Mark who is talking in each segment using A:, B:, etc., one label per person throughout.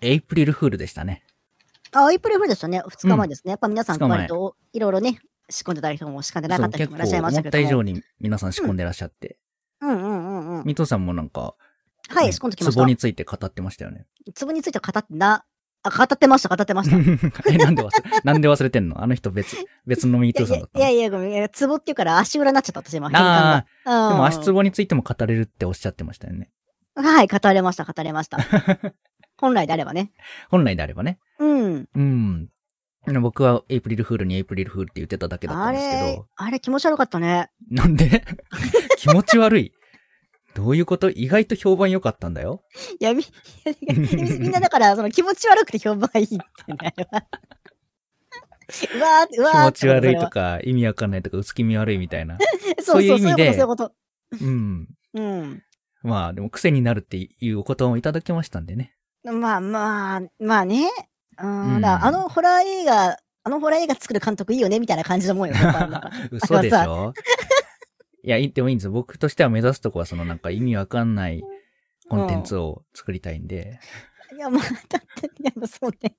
A: エイプリルフールでしたね。
B: あ、エイプリルフールでしたね。2日前ですね。やっぱ皆さん、
A: 二日前
B: 割といろいろね、仕込んでた人も仕込んでな
A: そ
B: か
A: う
B: った
A: 結構
B: 人もいらっしゃいまし
A: 思
B: た
A: っ
B: けど。
A: た以上に皆さん仕込んでらっしゃって。
B: うんうんうんうん。
A: ミトさんもなんか、
B: は
A: ね
B: い、仕込んできまし
A: 壺
B: た。
A: について語ってましたよね。
B: 壺については語ってな、あ、語ってました、語ってました。い
A: え、なんで忘れ、なんで忘れてんのあの人別、別のミト
B: や
A: さんだった
B: いや
A: の
B: いや、ごめんいや。壺っていうから足裏になっちゃった、私今。
A: あ
B: 変換が
A: で
B: うん
A: も足壺についても語れるっておっしゃってましたよね。
B: はい、語れました、語れ ました。本来であればね。
A: 本来であればね。
B: うん。
A: うん。僕はエイプリルフールにエイプリルフールって言ってただけだった
B: あ
A: んですけ
B: れ
A: ど、、
B: あれ気持ち悪かったね。
A: なんで気持ち悪い。どういうこと意外と評判良かったんだよ。
B: いや、み、みみんなだから、その気持ち悪くて評判いいってね。 うわー、う
A: 気
B: わー
A: 持
B: って
A: ち
B: こと
A: 悪いとか、意味わかんないとか、薄気味悪いみたいな。
B: そ
A: そう
B: れ
A: い
B: はそうそうう、
A: 意
B: そうい
A: 味
B: うこと、
A: で
B: そういうこ
A: う
B: と。
A: ん。
B: うん。
A: まあ、でも癖になるっていうお言葉をいただきましたんでね。
B: まあまあ、まあね。う。
A: うんん
B: だからあのホラー映画、あのホラー映画作る監督いいよね、みたいな感じのもんよ。やっぱなんか
A: 嘘でし
B: あ
A: ょいや、言ってもいいんですよ。僕としては目指すとこは、そのなんか意味わかんないコンテンツを作りたいんで、
B: いや、まあ、だって、いや、まあそうね。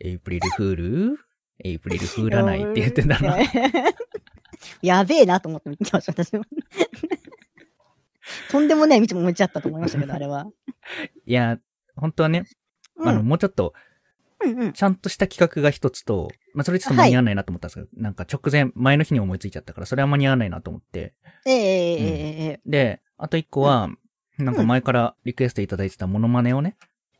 A: エイプリルフールエイプリルフーらないって言ってたな。
B: やべえなと思って見てました、私も。とんでもない道も持ちゃったと思いましたけど、あれは。
A: いや、本当はね、
B: う ん、
A: あの、もうちょっと、
B: うんうん。
A: ちゃんとした企画が一つと、まあ、それちょっと間に合わないなと思ったんですけど、なんか直前、前の日に思いついちゃったから、それは間に合わないなと思って。
B: ええええええええ
A: で、あと一個は、なんか前からリクエストいただいてたモノマネをね、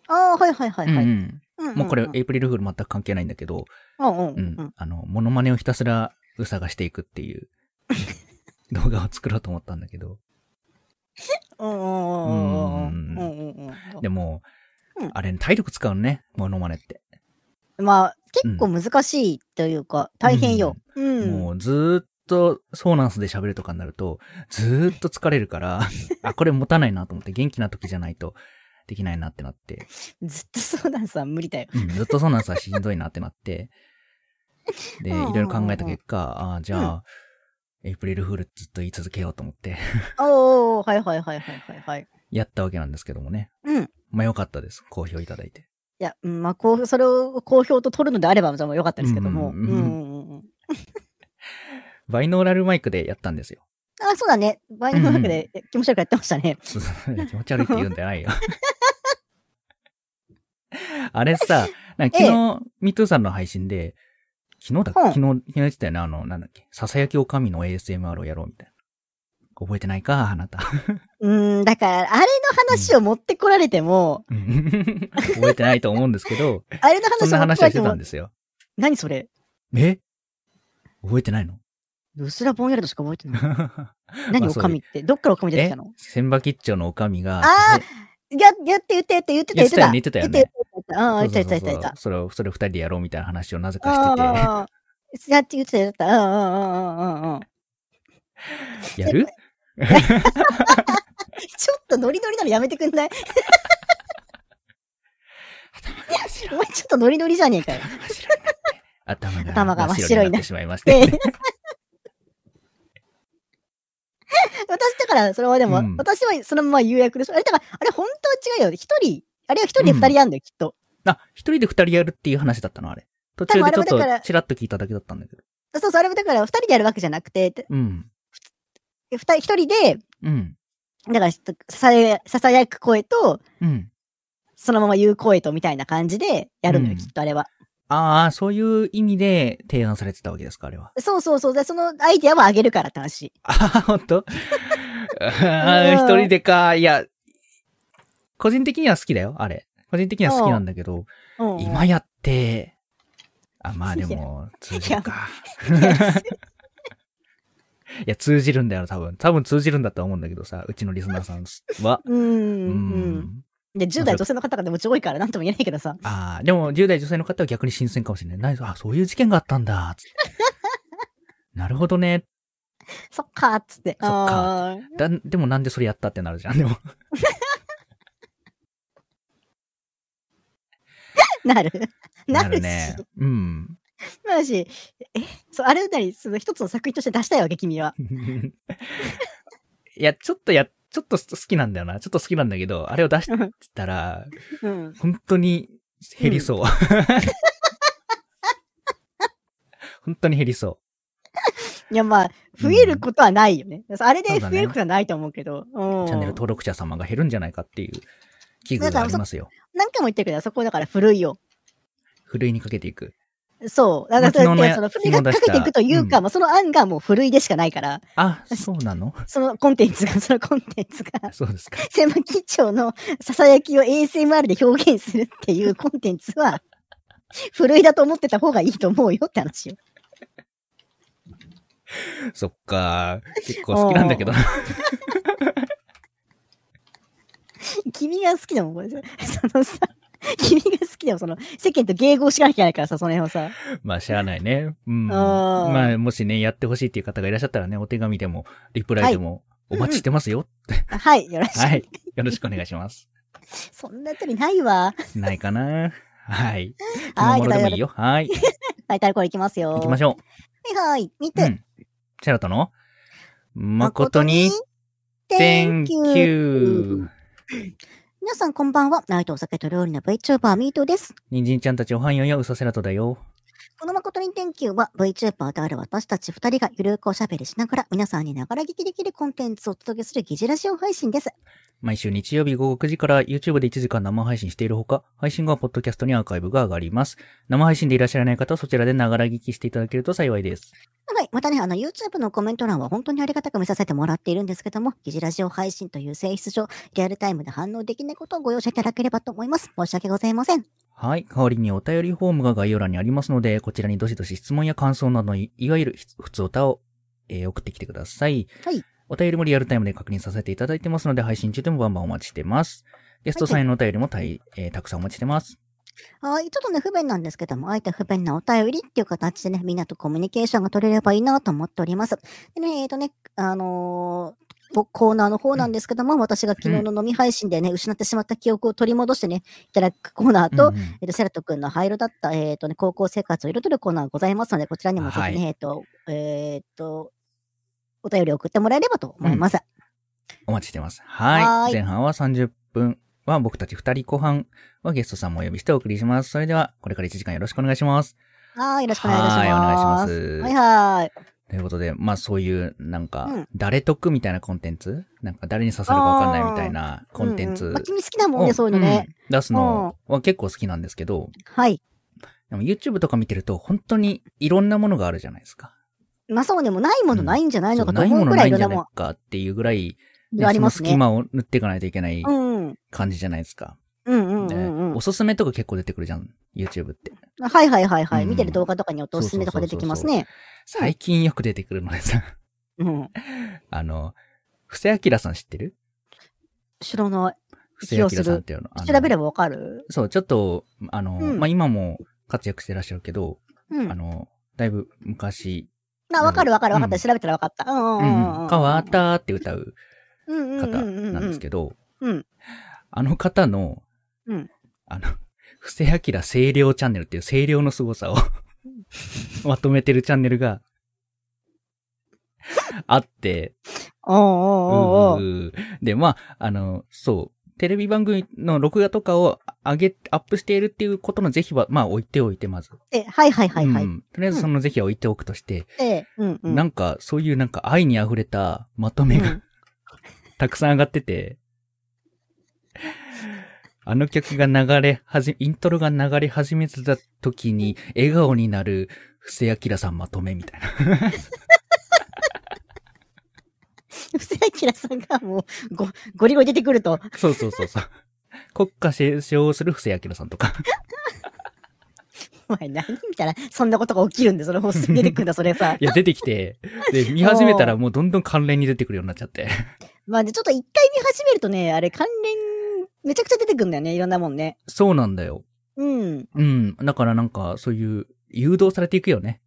B: ああ、はいはいはいはい。
A: うん
B: ん
A: うん
B: んん
A: もうこれ、エイプリルフール全く関係ないんだけど、
B: うんうん
A: う
B: うんん。
A: あの、モノマネをひたすらうさがしていくっていう 動画を作ろうと思ったんだけど、
B: うんうんうんうんうんうんうん
A: でも、
B: うん
A: あれ体力使うのね、モノマネって。
B: まあ、結構難しいというか、大変よ。うん。
A: もうずーっとソーナンスで喋るとかになると、ずーっと疲れる から、あ、これ持たないなと思って元気な時じゃないとできないなってなって、
B: ずっとそうなんさ、無理だよ。
A: うんずっとソーナンスはしんどいなってなって、で、い
B: うんうんうんうん
A: ろいろ考えた結果、あーじゃあ、エイプリルフールずっと言い続けようと思って、
B: おー、はいはいはいはいはいはい。
A: やったわけなんですけどもね。
B: うん。い
A: まあよかったです。好評いただいて。
B: や、うんまあ、こう、それを好評と取るのであれば、じゃあもうよかったですけども。
A: う
B: うんん
A: うん
B: う
A: うん
B: んうんうん。
A: バイノーラルマイクでやったん ですよ。
B: あ、そうだね。場合の中で気持ち悪くやってましたね。
A: す気持ち悪いって言うんじゃないよ。あれさ、なんか昨日、ミトゥーさんの配信で、昨日だ、
B: うん
A: 昨日、昨日言ってたよね、あの、なんだっけ、ささやきおかみの ASMR をやろうみたいな。覚えてないか、あな た。
B: うん、だから、あれの話を持ってこられても、
A: うん覚えてないと思うんですけど、
B: あれの
A: そんな
B: 話を持って
A: 話
B: こ
A: を
B: られ
A: して
B: て
A: た
B: も
A: ん、ですよ。
B: 何それ
A: え覚えてないの
B: うっすらぼんやりとしか覚えてない。
A: ま
B: 何
A: あ
B: お
A: そう
B: かみ って。どっからおかみ出てき
A: え
B: たの
A: 千葉吉兆のおかみが、
B: あや、やって言って言って言ってた
A: 言ってたよね言って
B: 言ってた言ってた。言ってた言ってた言ってた。うん、言ってた言ってた言ってた。
A: それを、それを二人でやろうみたいな話をなぜかして
B: ああ。やって言ってた言ってた。うんうんうんうんうんうん。
A: て、やる
B: ちょっとノリノリなのやめてくんないお前ちょっとノリノリじゃねえか よ。
A: 頭が
B: 頭が
A: 真
B: 真
A: っ白
B: っ白
A: にな
B: にな
A: ってしまいまし
B: え
A: て
B: え。私だから、それはでも、
A: うん
B: 私はそのまま有役でしょ。あれだから、あれ本当は違うよ。一人、あれは一人で二人やんだよ、きっと。
A: あ、一人で二人やるっていう話だったの、あれ。途中でちょっ
B: 多分あれもだか
A: と
B: ら
A: チラッと聞いただけだったんだけど。
B: そうそう、あれもだから二人でやるわけじゃなくて、で
A: うん。
B: 二人一人で、
A: うん。
B: だからちょっとささや、ささやく声と、
A: うん。
B: そのまま言う声とみたいな感じでやるのよ、
A: うん
B: きっとあれは。
A: ああ、そういう意味で提案されてたわけですか、あれは。
B: そうそうそう。で、そのアイディアはあげるからって話。
A: ああ、ほんとあー
B: うん
A: 一人でか、いや、個人的には好きだよ、あれ。個人的には好きなんだけど、
B: うんうん
A: 今やって、あ、まあでも、通じるか。いや、通じるんだよ、多分。多分通じるんだとは思うんだけどさ、うちのリスナーさんは。
B: うん
A: う
B: うん。
A: ん。
B: で、10代女性の方がでも上位からなんとも言えないけどさ。
A: ああ、でも10代女性の方は逆に新鮮かもしれない。何あ、そういう事件があったんだ。つってなるほどね。
B: そっかーっつって。
A: そっか
B: あー
A: だ、でもなんでそれやったってなるじゃん。でも、
B: なる。な
A: な
B: る
A: る
B: し。
A: ね。うん。
B: なるし、え、そう、あれなり、その一つの作品として出したいわけ、君は。
A: いや、ちょっとや、ちちょっと好きなんだよな。ちょっと好きなんだけど、あれを出したら、
B: うん。
A: 本当に減りそう。 本当に減りそ
B: いや、まあ、増えることはないよね。あれで
A: そうだ
B: 増
A: ね
B: えることはないと思うけど。う
A: う。
B: ん
A: チャンネル登録者様が減るんじゃないかっていう危惧がありますよ。
B: 何回も言ってるけど、そこだから古いよ。
A: ふるいにかけていく。
B: そう。だから、
A: まあ昨日の
B: だ
A: や
B: ってその古いがかけていくというか、
A: う
B: まあ、その案がもう古いでしかな いから、
A: あ、そうなの
B: そのコンテンツが、そのコンテンツが、
A: そうですか。
B: 狭き町のささやきを ASMR で表現するっていうコンテンツは、古いだと思ってた方がいいと思うよって話よ。
A: そっか。結構好きなんだけどな。
B: 君が好きでもん、これ。そ のさ、君が好きでも、その、世間と迎合しなきゃいけないからさ、その辺をさ。
A: まあ、しゃあないね。うん。
B: あー
A: まあ、もしね、やってほしいっていう方がいらっしゃったらね、お手紙でも、リプライでも、お待ちしてますよ。
B: はい、よろしく。
A: はい。よろしくお願いします。
B: そんなやりないわ。
A: ないかな。はい。気
B: は
A: のも
B: い、来
A: の
B: た
A: でも
B: よ
A: いい。よ。はい。
B: はい、タルコいきますよ。
A: 行きましょ
B: はいはい、見
A: う。う
B: て。
A: ん。セラトの、誠に、
B: Thank
A: Thank
B: you!
A: you!
B: 皆さんこんばんは。ナイトお酒と料理の VTuber ミートです。
A: 人参ちゃんたちおはんよよ、うさセラトだよ。
B: この誠に Thank you は VTuber である私たち二人がゆるくおしゃべりしながら皆さんにながら聞きできるコンテンツをお届けする疑似ラジオ配信です。
A: 毎週日曜日午後9時から YouTube で1時間生配信しているほか、配信後はポッドキャストにアーカイブが上がります。生配信でいらっしゃらない方はそちらでながら聞きしていただけると幸いです。
B: はい。またね、あの、YouTube のコメント欄は本当にありがたく見させてもらっているんですけども、疑似ラジオ配信という性質上、リアルタイムで反応できないことをご容赦いただければと思います。申し訳ございません。
A: はい。代わりにお便りフォームが概要欄にありますので、こちらにどしどし質問や感想などい、いわゆるひ普通歌を、えー送ってきてください。
B: はい。
A: お便りもリアルタイムで確認させていただいてますので、配信中でもバンバンお待ちしてます。ゲストさんへのお便りもたい、えーたくさんお待ちしてます。
B: はい。ちょっとね、不便なんですけども、あえて不便なお便りっていう形でね、みんなとコミュニケーションが取れればいいなと思っております。でね、えっ、とね、あのーぼコーナーの方なんですけども、私が昨日の飲み配信でね、失ってしまった記憶を取り戻してね、いただくコーナーと、
A: うんうん
B: えっと、セラト君の灰色だった、えっとね、高校生活を彩るコーナーがございますので、こちらにもぜひね、
A: はい
B: えっと、えっと、お便りを送ってもらえればと思います。
A: お待ちしてます。はい。
B: はーい
A: 前半は30分は僕たち2人、後半はゲストさんもお呼びしてお送りします。それでは、これから1時間よろしくお願いします。
B: はい、よろしくお願いいたします。
A: はーいお願いします
B: はいはい。
A: ということで、まあそういう、なんか、
B: うん
A: 誰得みたいなコンテンツなんか誰に刺さるかわかんないみたいなコンテンツ
B: う
A: を、
B: んうんまあ君好きだもんね、そういうのね。
A: うん出すのは結構好きなんですけど、
B: はい。
A: でも YouTube とか見てると本当にいろんなものがあるじゃないですか。
B: まあそうね、もうないものないんじゃないの
A: そ
B: か
A: う
B: と
A: ない
B: 思う
A: もの
B: くら
A: ないいん
B: いろん
A: じゃ
B: な
A: ない
B: も
A: かっていうぐらい、
B: ん、あります
A: その隙
B: ね。
A: 間を塗っていかないといけない
B: うん。うん
A: 感じじゃないですか。
B: うんうん
A: で
B: うんうん
A: お。すすめとか結構出てくるじゃん、YouTube って。
B: はいはいはいはい。
A: うん
B: 見てる動画とかによっておすすめとか出てきますね。
A: 最近よく出てくるのでさ、
B: うん。
A: あの、布施明さん知ってる
B: 知らない。
A: 布施明さんっていうの。あの
B: 調べればわかる
A: そう、ちょっと、あの、
B: うん
A: まあ、今も活躍してらっしゃるけど、
B: うん
A: あ。の、だいぶ昔、
B: あ、わかるわかるわか
A: う
B: っ
A: ん
B: た。調べたらわかった。う
A: う
B: んうんうんうん
A: ん、変わったって歌う
B: うんうん
A: 方
B: うんうんうん。
A: なんですけど、
B: うん。
A: あの方の、
B: うん
A: あの、 布施明清涼チャンネルっていう清涼の凄さを まとめてるチャンネルが あって、
B: おうおうおうおう。
A: うーで、まあ、あの、そう。テレビ番組の録画とかを上げ、アップしているっていうことの是非は、まあ置いておいて、まず。
B: え、はいはいはいは
A: う
B: い。
A: んとりあえずその是非は置いておくとして、
B: え、うんうん。
A: なんか、そういうなんか愛に溢れたまとめが、
B: うん
A: たくさん上がってて、あの曲が流れ始め、イントロが流れ始めてた時に、笑顔になる、布施明さんまとめみたいな。
B: 布施明さんがもう、ご、ゴリゴリ出てくると。
A: そうそうそうそう。 国家斉唱をする布施明さんとか。
B: お前何みたいな、そんなことが起きるんで、それもうすぐ出てくるんだ、それさ
A: い。や、出てきて、で、見始めたらもうどんどん関連に出てくるようになっちゃって。
B: まあね、ちょっと一回見始めるとね、あれ関連、めちゃくちゃ出てくるんだよね、いろんなもんね。
A: そうなんだよ。
B: うん。
A: うん。だからなんか、そういう、誘導されていくよね。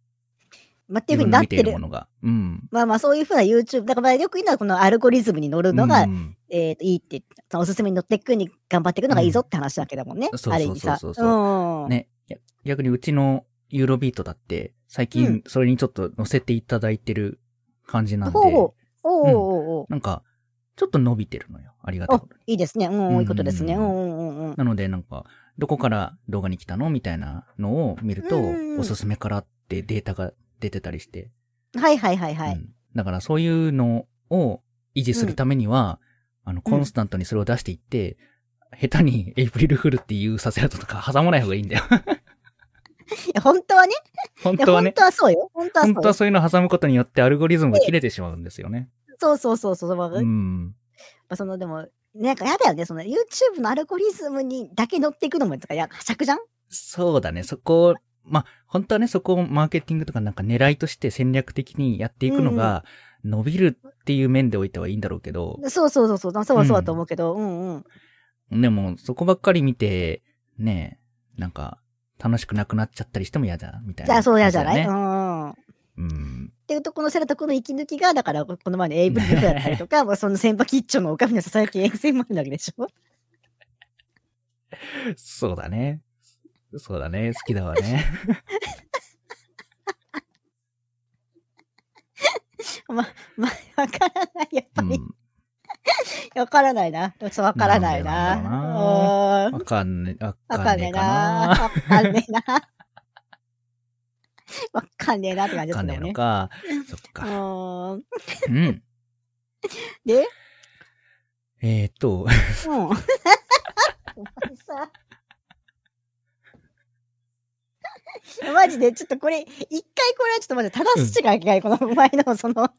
B: まあ、ってい
A: 自分
B: うふうに
A: の
B: なっ
A: 見てい
B: て
A: る
B: る
A: も。のが。うん。
B: まあまあ、そういうふうな YouTube。だからまあよく言うのは、このアルゴリズムに乗るのが、
A: うん
B: えっ、と、いいって、そのおすすめに乗っていくに頑張っていくのがいいぞって話だけどもね。
A: うんそう
B: ある意味さ。
A: そうそうそう
B: うん。
A: ね。いや逆にうちのユーロビートだって、最
B: う
A: 近
B: ん
A: それにちょっと乗せていただいてる感じなんで、
B: ほうほう。おうおうおうおう
A: なんか、ちょっと伸びてるのよ。ありがたいことに。
B: いいですね。うん
A: う
B: うんん、いいことですね。うんうんうんうん。
A: なので、なんか、どこから動画に来たのみたいなのを見ると
B: うんう、ん
A: おすすめからってデータが出てたりして。
B: はいはいはいは
A: う
B: い。
A: んだからそういうのを維持するためには、あの、コンスタントにそれを出していって、下手にエイプリルフールっていうさせらとか挟まない方がいいんだよ。
B: いや、本当はね。
A: 本
B: いや
A: 当は
B: 本
A: ね。
B: 当はそうよ。本当はそ
A: 本
B: うよ
A: 当はそういうのを挟むことによってアルゴリズムが切れてしまうんですよね。
B: そうそうそうそう。まあ
A: うん。
B: その、でも、なんかやだよね。その YouTube のアルゴリズムにだけ乗っていくのも、とか、や、はしゃくじゃん
A: そうだね。そこを、まあ、本当はね、そこをマーケティングとかなんか狙いとして戦略的にやっていくのが、伸びるっていう面でおいてはいいんだろうけど、
B: そうそうそうそう。そうそうだと思うけど、うんうん。
A: でも、そこばっかり見て、ねえ、なんか、楽しくなくなっちゃったりしても嫌だ、みたい
B: じ
A: な、
B: ゃあ、そうやじゃない、
A: ね
B: うんうん。
A: うん。
B: っていうと、このセラとこの息抜きが、だから、この前のエイブリルだったりと か、まあその先輩キッチョンのおかみのささやき遠征もあるわけでし ょ
A: そうだね。そうだね。好きだわ ね。
B: まあ、わからない。やっ
A: う
B: ぱり、
A: ん。
B: わからないな。ちょっとわからない
A: な
B: な。
A: んだろう
B: うーん
A: わかんね、わ
B: わ
A: か
B: か
A: ん
B: ん
A: ねえ
B: ねえ
A: か
B: な。
A: な。
B: わかんねえな。わかんねえなって感じ
A: わ
B: で
A: かん
B: す
A: ね
B: ね。
A: えのか。そっ
B: う
A: か。
B: ーん。
A: うん。
B: で、
A: えー、っと、
B: うん。 お前さ。マジで、ちょっとこれ、一回これはちょっと待って、正すしかない、このお前のその、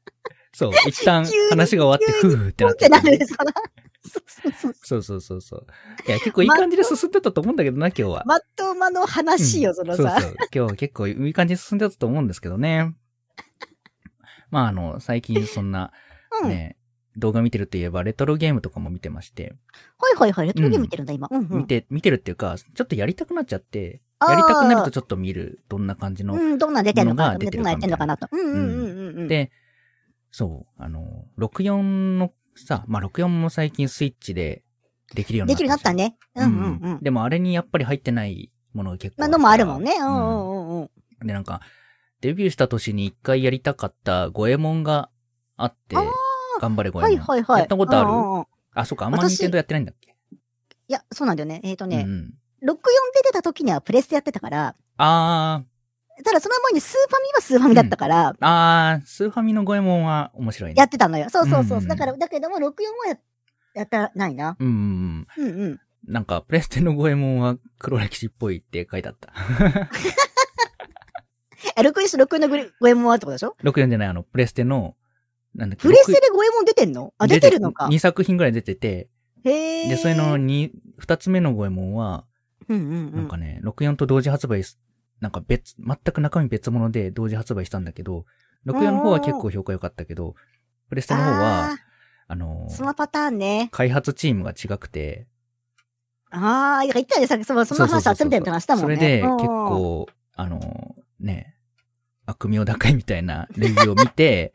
A: そう、一旦
B: 急に
A: 話が終わって、ふ
B: 急
A: ーって
B: ポ
A: な
B: ン
A: っ
B: って
A: て
B: な
A: た
B: る、その、そ
A: そう
B: うそうそう
A: そうそうそう。いや、結構いい感じで進んでたと思うんだけどな、今日は。
B: まっとうまの話よ、その
A: そう
B: さ。
A: そう。今日は結構いい感じで進んでたと思うんですけどね。まあ、あの、最近そんな、
B: うん。はい
A: ね、動画見てるといえば、レトロゲームとかも見てまして、
B: はいはい、レトロゲーム見てるんだ、今。うん、うん。
A: 見て、見てるっていうか、ちょっとやりたくなっちゃって、
B: あー
A: やりたくなるとちょっと見る、どんな感じの。
B: うん、どんなん出てんのかな
A: のが出て
B: ど
A: る
B: んなんやってんのかなと。うんうんうんうん。、
A: で、そう、あの、64のさ、まあ、64も最近スイッチでできるように
B: で
A: なっ
B: きる
A: た
B: ようになっ
A: ね。
B: たね。うんうんうん。
A: でもあれにやっぱり入ってないものが結構
B: まあ、
A: るから
B: のもあるもんね。う
A: うん
B: んうんうんうん。
A: で、なんか、デビューした年に一回やりたかった五右衛門があって、
B: あー
A: 頑張れ五
B: は
A: 右衛
B: い
A: 門。
B: はいはい。
A: やったことある
B: うんうんうん
A: あ、そうか、あんま
B: 私
A: 任天堂やってないんだっけ
B: いや、そうなんだよね。えっ、と
A: う
B: ね
A: ん、うん。
B: 64で出た時にはプレステやってたから、
A: あ
B: ただその前にスーファミはスーファミだったから、
A: ー、あー、スーファミの五右衛門は面白いね。
B: やってたのよ。そうそうそう。
A: うんうん
B: だから、だけども64はややったないな。
A: うんうん
B: うんうん。
A: うん。なんか、プレステの五右衛門は黒歴史っぽいって書いてあった。
B: え、64と64のグレゴエモンはってことでしょ
A: 64じゃない、あの、プレステの、なんだっけ
B: プレステでゴエモン出てんのあ、出てるのか。
A: 2作品ぐらい出てて、
B: へえ。
A: で、それの、2、2つ目の五右衛門は、
B: うんうんう
A: なん
B: ん。
A: かね、64と同時発売す、なんか別、全く中身別物で同時発売したんだけど、64の方は結構評価良かったけど、プレステの方は、あの
B: あー
A: ー
B: そのパターンね。
A: 開発チームが違くて、
B: ああ、いや言ったよね、さっきそのその話集めてるって話だもんね。
A: そうそうそううそうそれで結
B: ん
A: 構、あのーね、悪名高いみたいなレビューを見 て、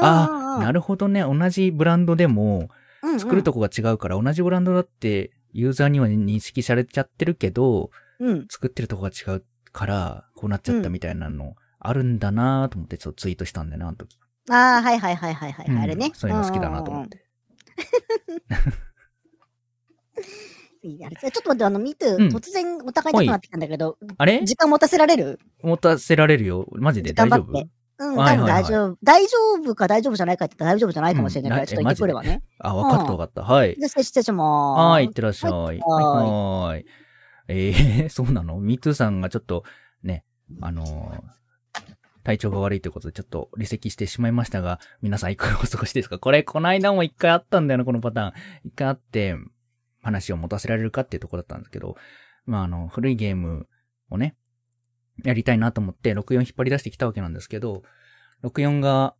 A: あ、な
B: る、
A: るほどね、同じブランドでも、
B: うんうん
A: 作るとこが違うから、同じブランドだって、ユーザーには認識されちゃってるけど、
B: うん。
A: 作ってるとこが違うから、こうなっちゃったみたいなの、あるんだなと思って、ちょっとツイートしたんだよな、あの時。
B: ああ、はいはいはいはいはい、
A: うん
B: あれね。
A: そういうの好きだなと思
B: うん
A: っ
B: うん
A: て。
B: うん。いいねあれちょっと待って、あの、ミトゥ
A: うん
B: 突然お互い高くなってきたんだけど、
A: あれ
B: 時間持たせられる
A: 持たせられるよ。マジで
B: 頑
A: 大丈
B: 張っ
A: 夫
B: て。うん、
A: はい
B: 多
A: は
B: 分
A: いはい
B: 大丈夫。大丈夫か大丈夫じゃないかって言ったら大丈夫じゃないかもしれないか
A: うん
B: ら、ちょっと行ってくるわね。
A: あ、わかった
B: うん
A: わかった。はい。
B: じゃあ、失礼します。
A: はーい、いっ。てらっしゃい。は
B: はいい
A: はーい。えー、 そうなのミトゥさんがちょっと、ね、あのー体調が悪いということで、ちょっと離席してしまいましたが、皆さんいかがお過ごしですかこれ、こないだも一回あったんだよな、このパターン。一回あって、話を持たせられるかっていうところだったんですけど、まあ、あの、古いゲームをね、やりたいなと思って、64引っ張り出してきたわけなんですけど、64が、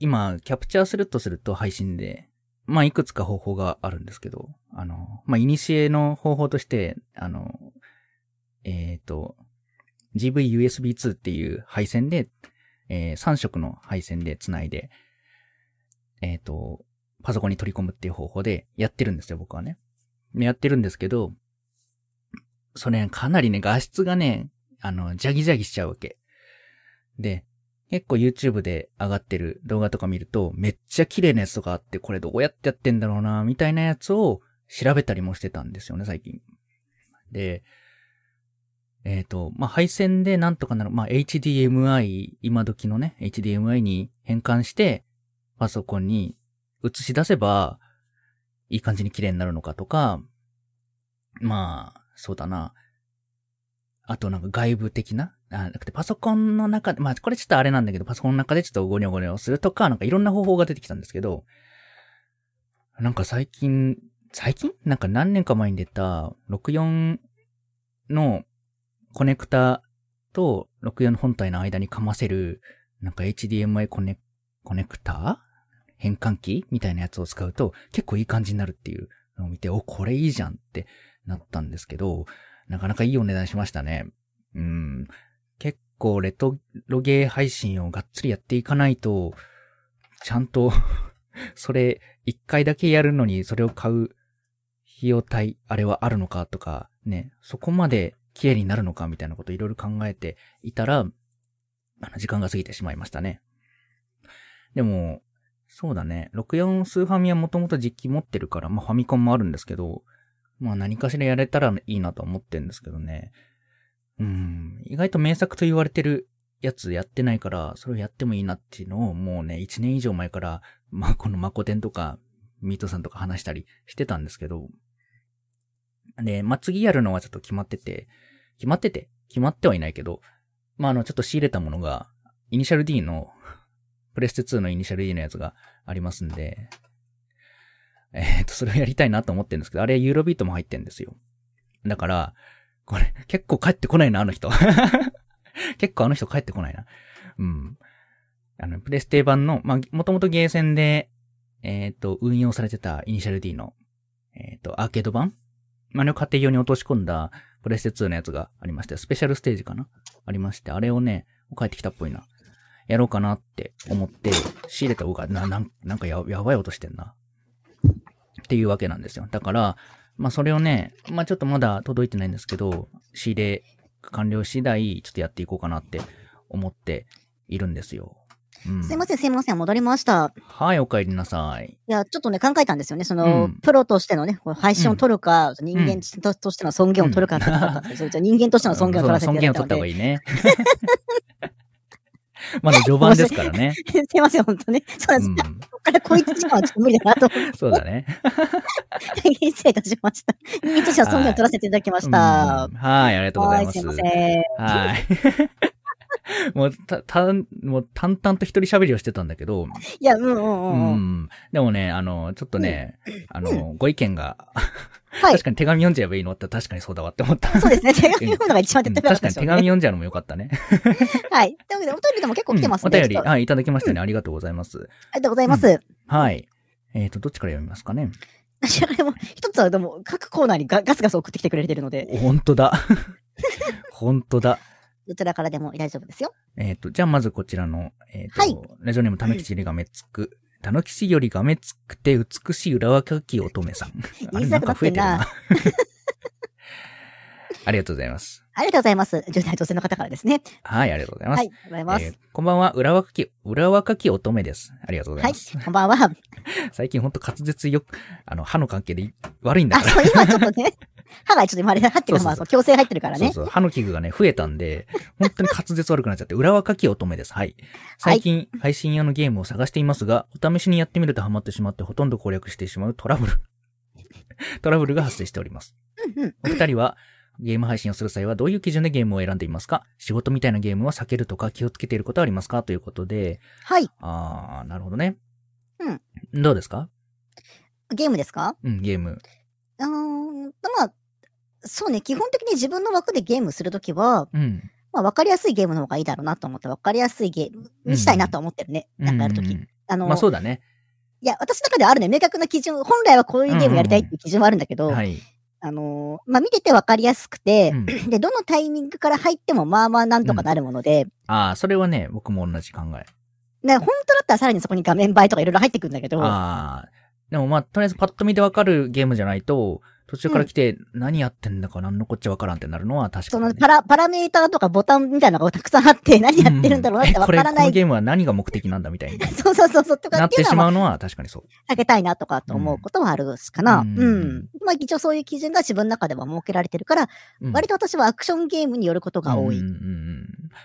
A: 今、キャプチャーするとすると配信で、まあ、いくつか方法があるんですけど、あの、まあ、いにしえの方法として、あの、えっ、と、GVUSB2 っていう配線で、え3色の配線で繋いで、えっ、と、パソコンに取り込むっていう方法でやってるんですよ、僕はね。でやってるんですけど、それ、かなりね、画質がね、あの、ジャギジャギしちゃうわけ。で、結構 YouTube で上がってる動画とか見ると、めっちゃ綺麗なやつとかあって、これどうやってやってんだろうな、みたいなやつを調べたりもしてたんですよね、最近。で、えっ、と、まあ、配線でなんとかなる、まあ、HDMI、今時のね、HDMI に変換して、パソコンに映し出せば、いい感じに綺麗になるのかとか、まあ、そうだな。あとなんか外部的なあなくてパソコンの中で、まあこれちょっとあれなんだけど、パソコンの中でちょっとゴニョゴニョするとか、なんかいろんな方法が出てきたんですけど、なんか最近、最近なんか何年か前に出た64のコネクタと64本体の間にかませる、なんか HDMI コネコネクタ変換器みたいなやつを使うと結構いい感じになるっていうのを見て、お、これいいじゃんってなったんですけど、なかなかいいお値段しましたね。うん。結構レトロゲー配信をがっつりやっていかないと、ちゃんと、 それ、一回だけやるのにそれを買う費用対、あれはあるのかとか、ね、そこまで綺麗になるのかみたいなことをいろいろ考えていたら、あの時間が過ぎてしまいましたね。でも、そうだね。64スーファミはもともと実機持ってるから、まあファミコンもあるんですけど、まあ何かしらやれたらいいなとは思ってるんですけどね。うん。意外と名作と言われてるやつやってないから、それをやってもいいなっていうのをもうね、1年以上前から、まあこのマコテンとか、ミートさんとか話したりしてたんですけど。で、まあ次やるのはちょっと決まってて、決まってて、決まってはいないけど、まああのちょっと仕入れたものが、イニシャル D の、プレステ2のイニシャル D のやつがありますんで、えっ、と、それをやりたいなと思ってるんですけど、あれユーロビートも入ってんですよ。だから、これ、結構帰ってこないな、あの人。 結構あの人帰ってこないな。うん。あの、プレステ版の、まあ、もともとゲーセンで、えっ、と、運用されてたイニシャル D の、えっ、と、アーケード版まあ、あれを家庭用に落とし込んだプレステ2のやつがありまして、スペシャルステージかなありまして、あれをね、帰ってきたっぽいな。やろうかなって思って、仕入れた方が、な、なんなんかややばい音してんな。っていうわけなんですよ。だから、まあそれをね、まあちょっとまだ届いてないんですけど、仕入れ完了次第、ちょっとやっていこうかなって思っているんですよ。うん、
B: すいません、すいません、戻りました。
A: はい、お帰りなさい。
B: いや、ちょっとね、考えたんですよね。その、
A: うん
B: プロとしてのね、こう配信を取るか、人
A: うん
B: 間ととしての尊厳を取るかって考えたんですよ。じゃあ人間としての尊厳を取らせてい
A: 尊厳を
B: ただいた
A: 取っ
B: の
A: た
B: で
A: 方がいいね。 まだ序盤ですから ね。
B: すいません、本当ね。そうなんです。
A: うん
B: こ、こからこいつ時間はちょっと無理だなと思っ
A: そうだ ね。
B: て、失礼いたしました。人間としては尊厳を取らせていただきました。
A: うんはい、ありがとうござい
B: は
A: ま
B: い、すい
A: す
B: ま。せん。
A: はい。 もう、た、た、もう淡々と一人喋りをしてたんだけど、
B: いや、うんうん
A: う
B: うん。うん、
A: ん。でもね、あの、ちょっとね、あの、ご意見が、
B: はい
A: 確。かに手紙読んじゃえばいいのって確かにそうだわって思 った。
B: そうですね。手紙読むのが一番
A: う
B: 手っ
A: ん
B: 取り
A: 確
B: 早か
A: かに
B: ったでし
A: 手
B: ょ
A: 紙
B: うね。
A: 読んじゃうのもよかったね。
B: はい。というわけで、お便りでも結構来てます
A: うん
B: ね。
A: お便り、
B: ちょっとあ
A: はい、いただきましたよね。ありがとうございます。
B: りがとうございます。
A: はい。えっと、どっちから読みますかね。
B: 私はでも、一つはでも、各コーナーにガガスガス送ってきてくれてるので、
A: ほんとだ。 ほんとだ。
B: どちらからでも大丈夫ですよ。
A: えっ、と、じゃあまずこちらの、えっ、と、
B: はい
A: ラジオネームたぬきちよりがめつく。たぬきちよりがめつくて美しい裏若き乙女さん。あ
B: 言
A: れ
B: いづ
A: な
B: ら
A: ん
B: くな
A: か
B: っ
A: 増え
B: て
A: て
B: ん
A: るな
B: な。。
A: ありがとうございます。
B: ありがとうございます。10代女性の方からですね。
A: はい、ありがとうございます。
B: はい、ありがとうございます。
A: えーこんばんは、裏若き、裏若き乙女です。ありがとうござ
B: はいい
A: ます。、
B: こんばんは。
A: 最近ほんと滑舌よく、あの、歯の関係でい悪いんだ
B: あ、
A: から。
B: そう、今ちょっとね、 歯がちょっと今あれだっていうか、ま
A: そ
B: あ、そう
A: そう
B: う強制入ってるからね。
A: そうそう、歯の器具がね、増えたんで、本当に滑舌悪くなっちゃって、裏若き乙女です。はい。最近、配信用のゲームを探していますが、お試しにやってみるとハマってしまって、ほとんど攻略してしまうトラブル。 トラブルが発生しております。
B: うんうん
A: お二人は、ゲーム配信をする際はどういう基準でゲームを選んでいますか仕事みたいなゲームは避けるとか気をつけていることはありますかということで、
B: はい。
A: あー、なるほどね。
B: うん
A: ん。どうですか
B: ゲームですか
A: うん、ゲーム。
B: うーん、まあ、そうね、基本的に自分の枠でゲームするときは、
A: うん。
B: まあ、わかりやすいゲームの方がいいだろうなと思って、わかりやすいゲームにしたいなと思ってるね。なんかやると
A: う
B: き。
A: ん
B: あの、
A: まあそうだね。
B: いや、私の中ではあるね、明確な基準、本来はこういうゲームやりたいっていう基準はあるんだけど、
A: はい。
B: あのーまあ、見ててわかりやすくて
A: う、ん、
B: で、どのタイミングから入っても、まあまあなんとかなるもので、
A: あー、それはね、僕も同じ考え。
B: ね、本当だったらさらにそこに画面映えとかいろいろ入ってくるんだけど、
A: ああ。でもまあ、とりあえずパッと見でわかるゲームじゃないと、途中から来て、何やってんだか何のこっちゃわからんってなるのは確か
B: そ
A: に、ね
B: の。パラ、パラメーターとかボタンみたいなのがたくさんあって、何やってるんだろうなって
A: うんこ
B: わか
A: れ、
B: ら
A: こ
B: な
A: の
B: い。
A: ゲームは何が目的なんだみたいに
B: そうそう そうそう、とか
A: な
B: っ
A: ってて
B: いう
A: し
B: のは
A: まうのは確かにそう。
B: 避けたいなとかと思うことはあるですかな。
A: う
B: うんん。
A: うん
B: まあ一応そういう基準が自分の中では設けられてるから、
A: うん
B: 割と私はアクションゲームによることが多
A: う
B: い。
A: んうん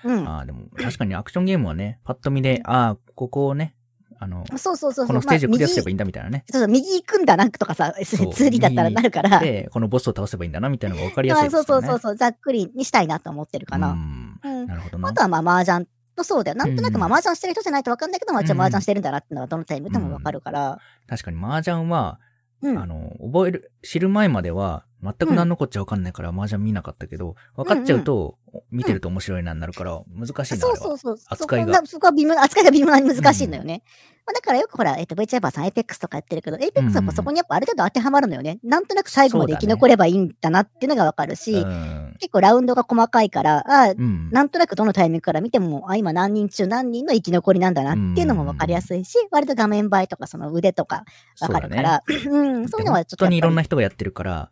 B: うん。
A: うん、ああ、でも確かにアクションゲームはね、パッと見で、ああ、ここをね、あの、
B: そうそうそうそう。
A: このステージをクリアすれば
B: いい。
A: いいんだみたいなね。
B: そうそう、右行くんだなとかさ、
A: そう
B: 2D だったらなるから。
A: で、このボスを倒せばいいんだなみたいなのが分かりやすい
B: ま
A: で
B: あ
A: す
B: そ
A: よ
B: う
A: ね。
B: そうそうそう、ざっくりにしたいなと思ってるか
A: う
B: な。
A: ん
B: うん。
A: なるほどな。
B: あとはまあ麻雀とそうだよ。なんとな
A: う
B: く
A: ん
B: まあ麻雀してる人じゃないとわかんないけど、まあ一応
A: うん
B: 麻雀してるんだなってのはどのタイムでもわかるから。
A: 確かに麻雀は、
B: うん。
A: あの、覚える、知る前までは、全く何のこっちゃ分かんないから麻雀見なかったけど、分かっちゃうと、見てると面白いなになるから、難しいな、あれ
B: そう
A: は。
B: そうそう。
A: 扱いが
B: そこなそこは微妙な、扱いが微妙なに難しいのよね。まあ、だからよくほら、えっ、と、VTuber さん APEX とかやってるけど、APEX
A: うんうん
B: はそこにやっぱある程度当てはまるのよね。なんとなく最後まで生
A: そうだ
B: き
A: ね
B: 残ればいいんだなっていうのがわかるし、
A: うん。
B: 結構ラウンドが細かいから、ああ、
A: うん。
B: なんとなくどのタイミングから見ても、あ、今何人中何人の生き残りなんだなっていうのもわかりやすいし、割と画面映えとかその腕とかわかるか
A: そうだね
B: ら、うん、そういうのはちょっと
A: 本当にい
B: やっぱり
A: ろんな人がやってるから、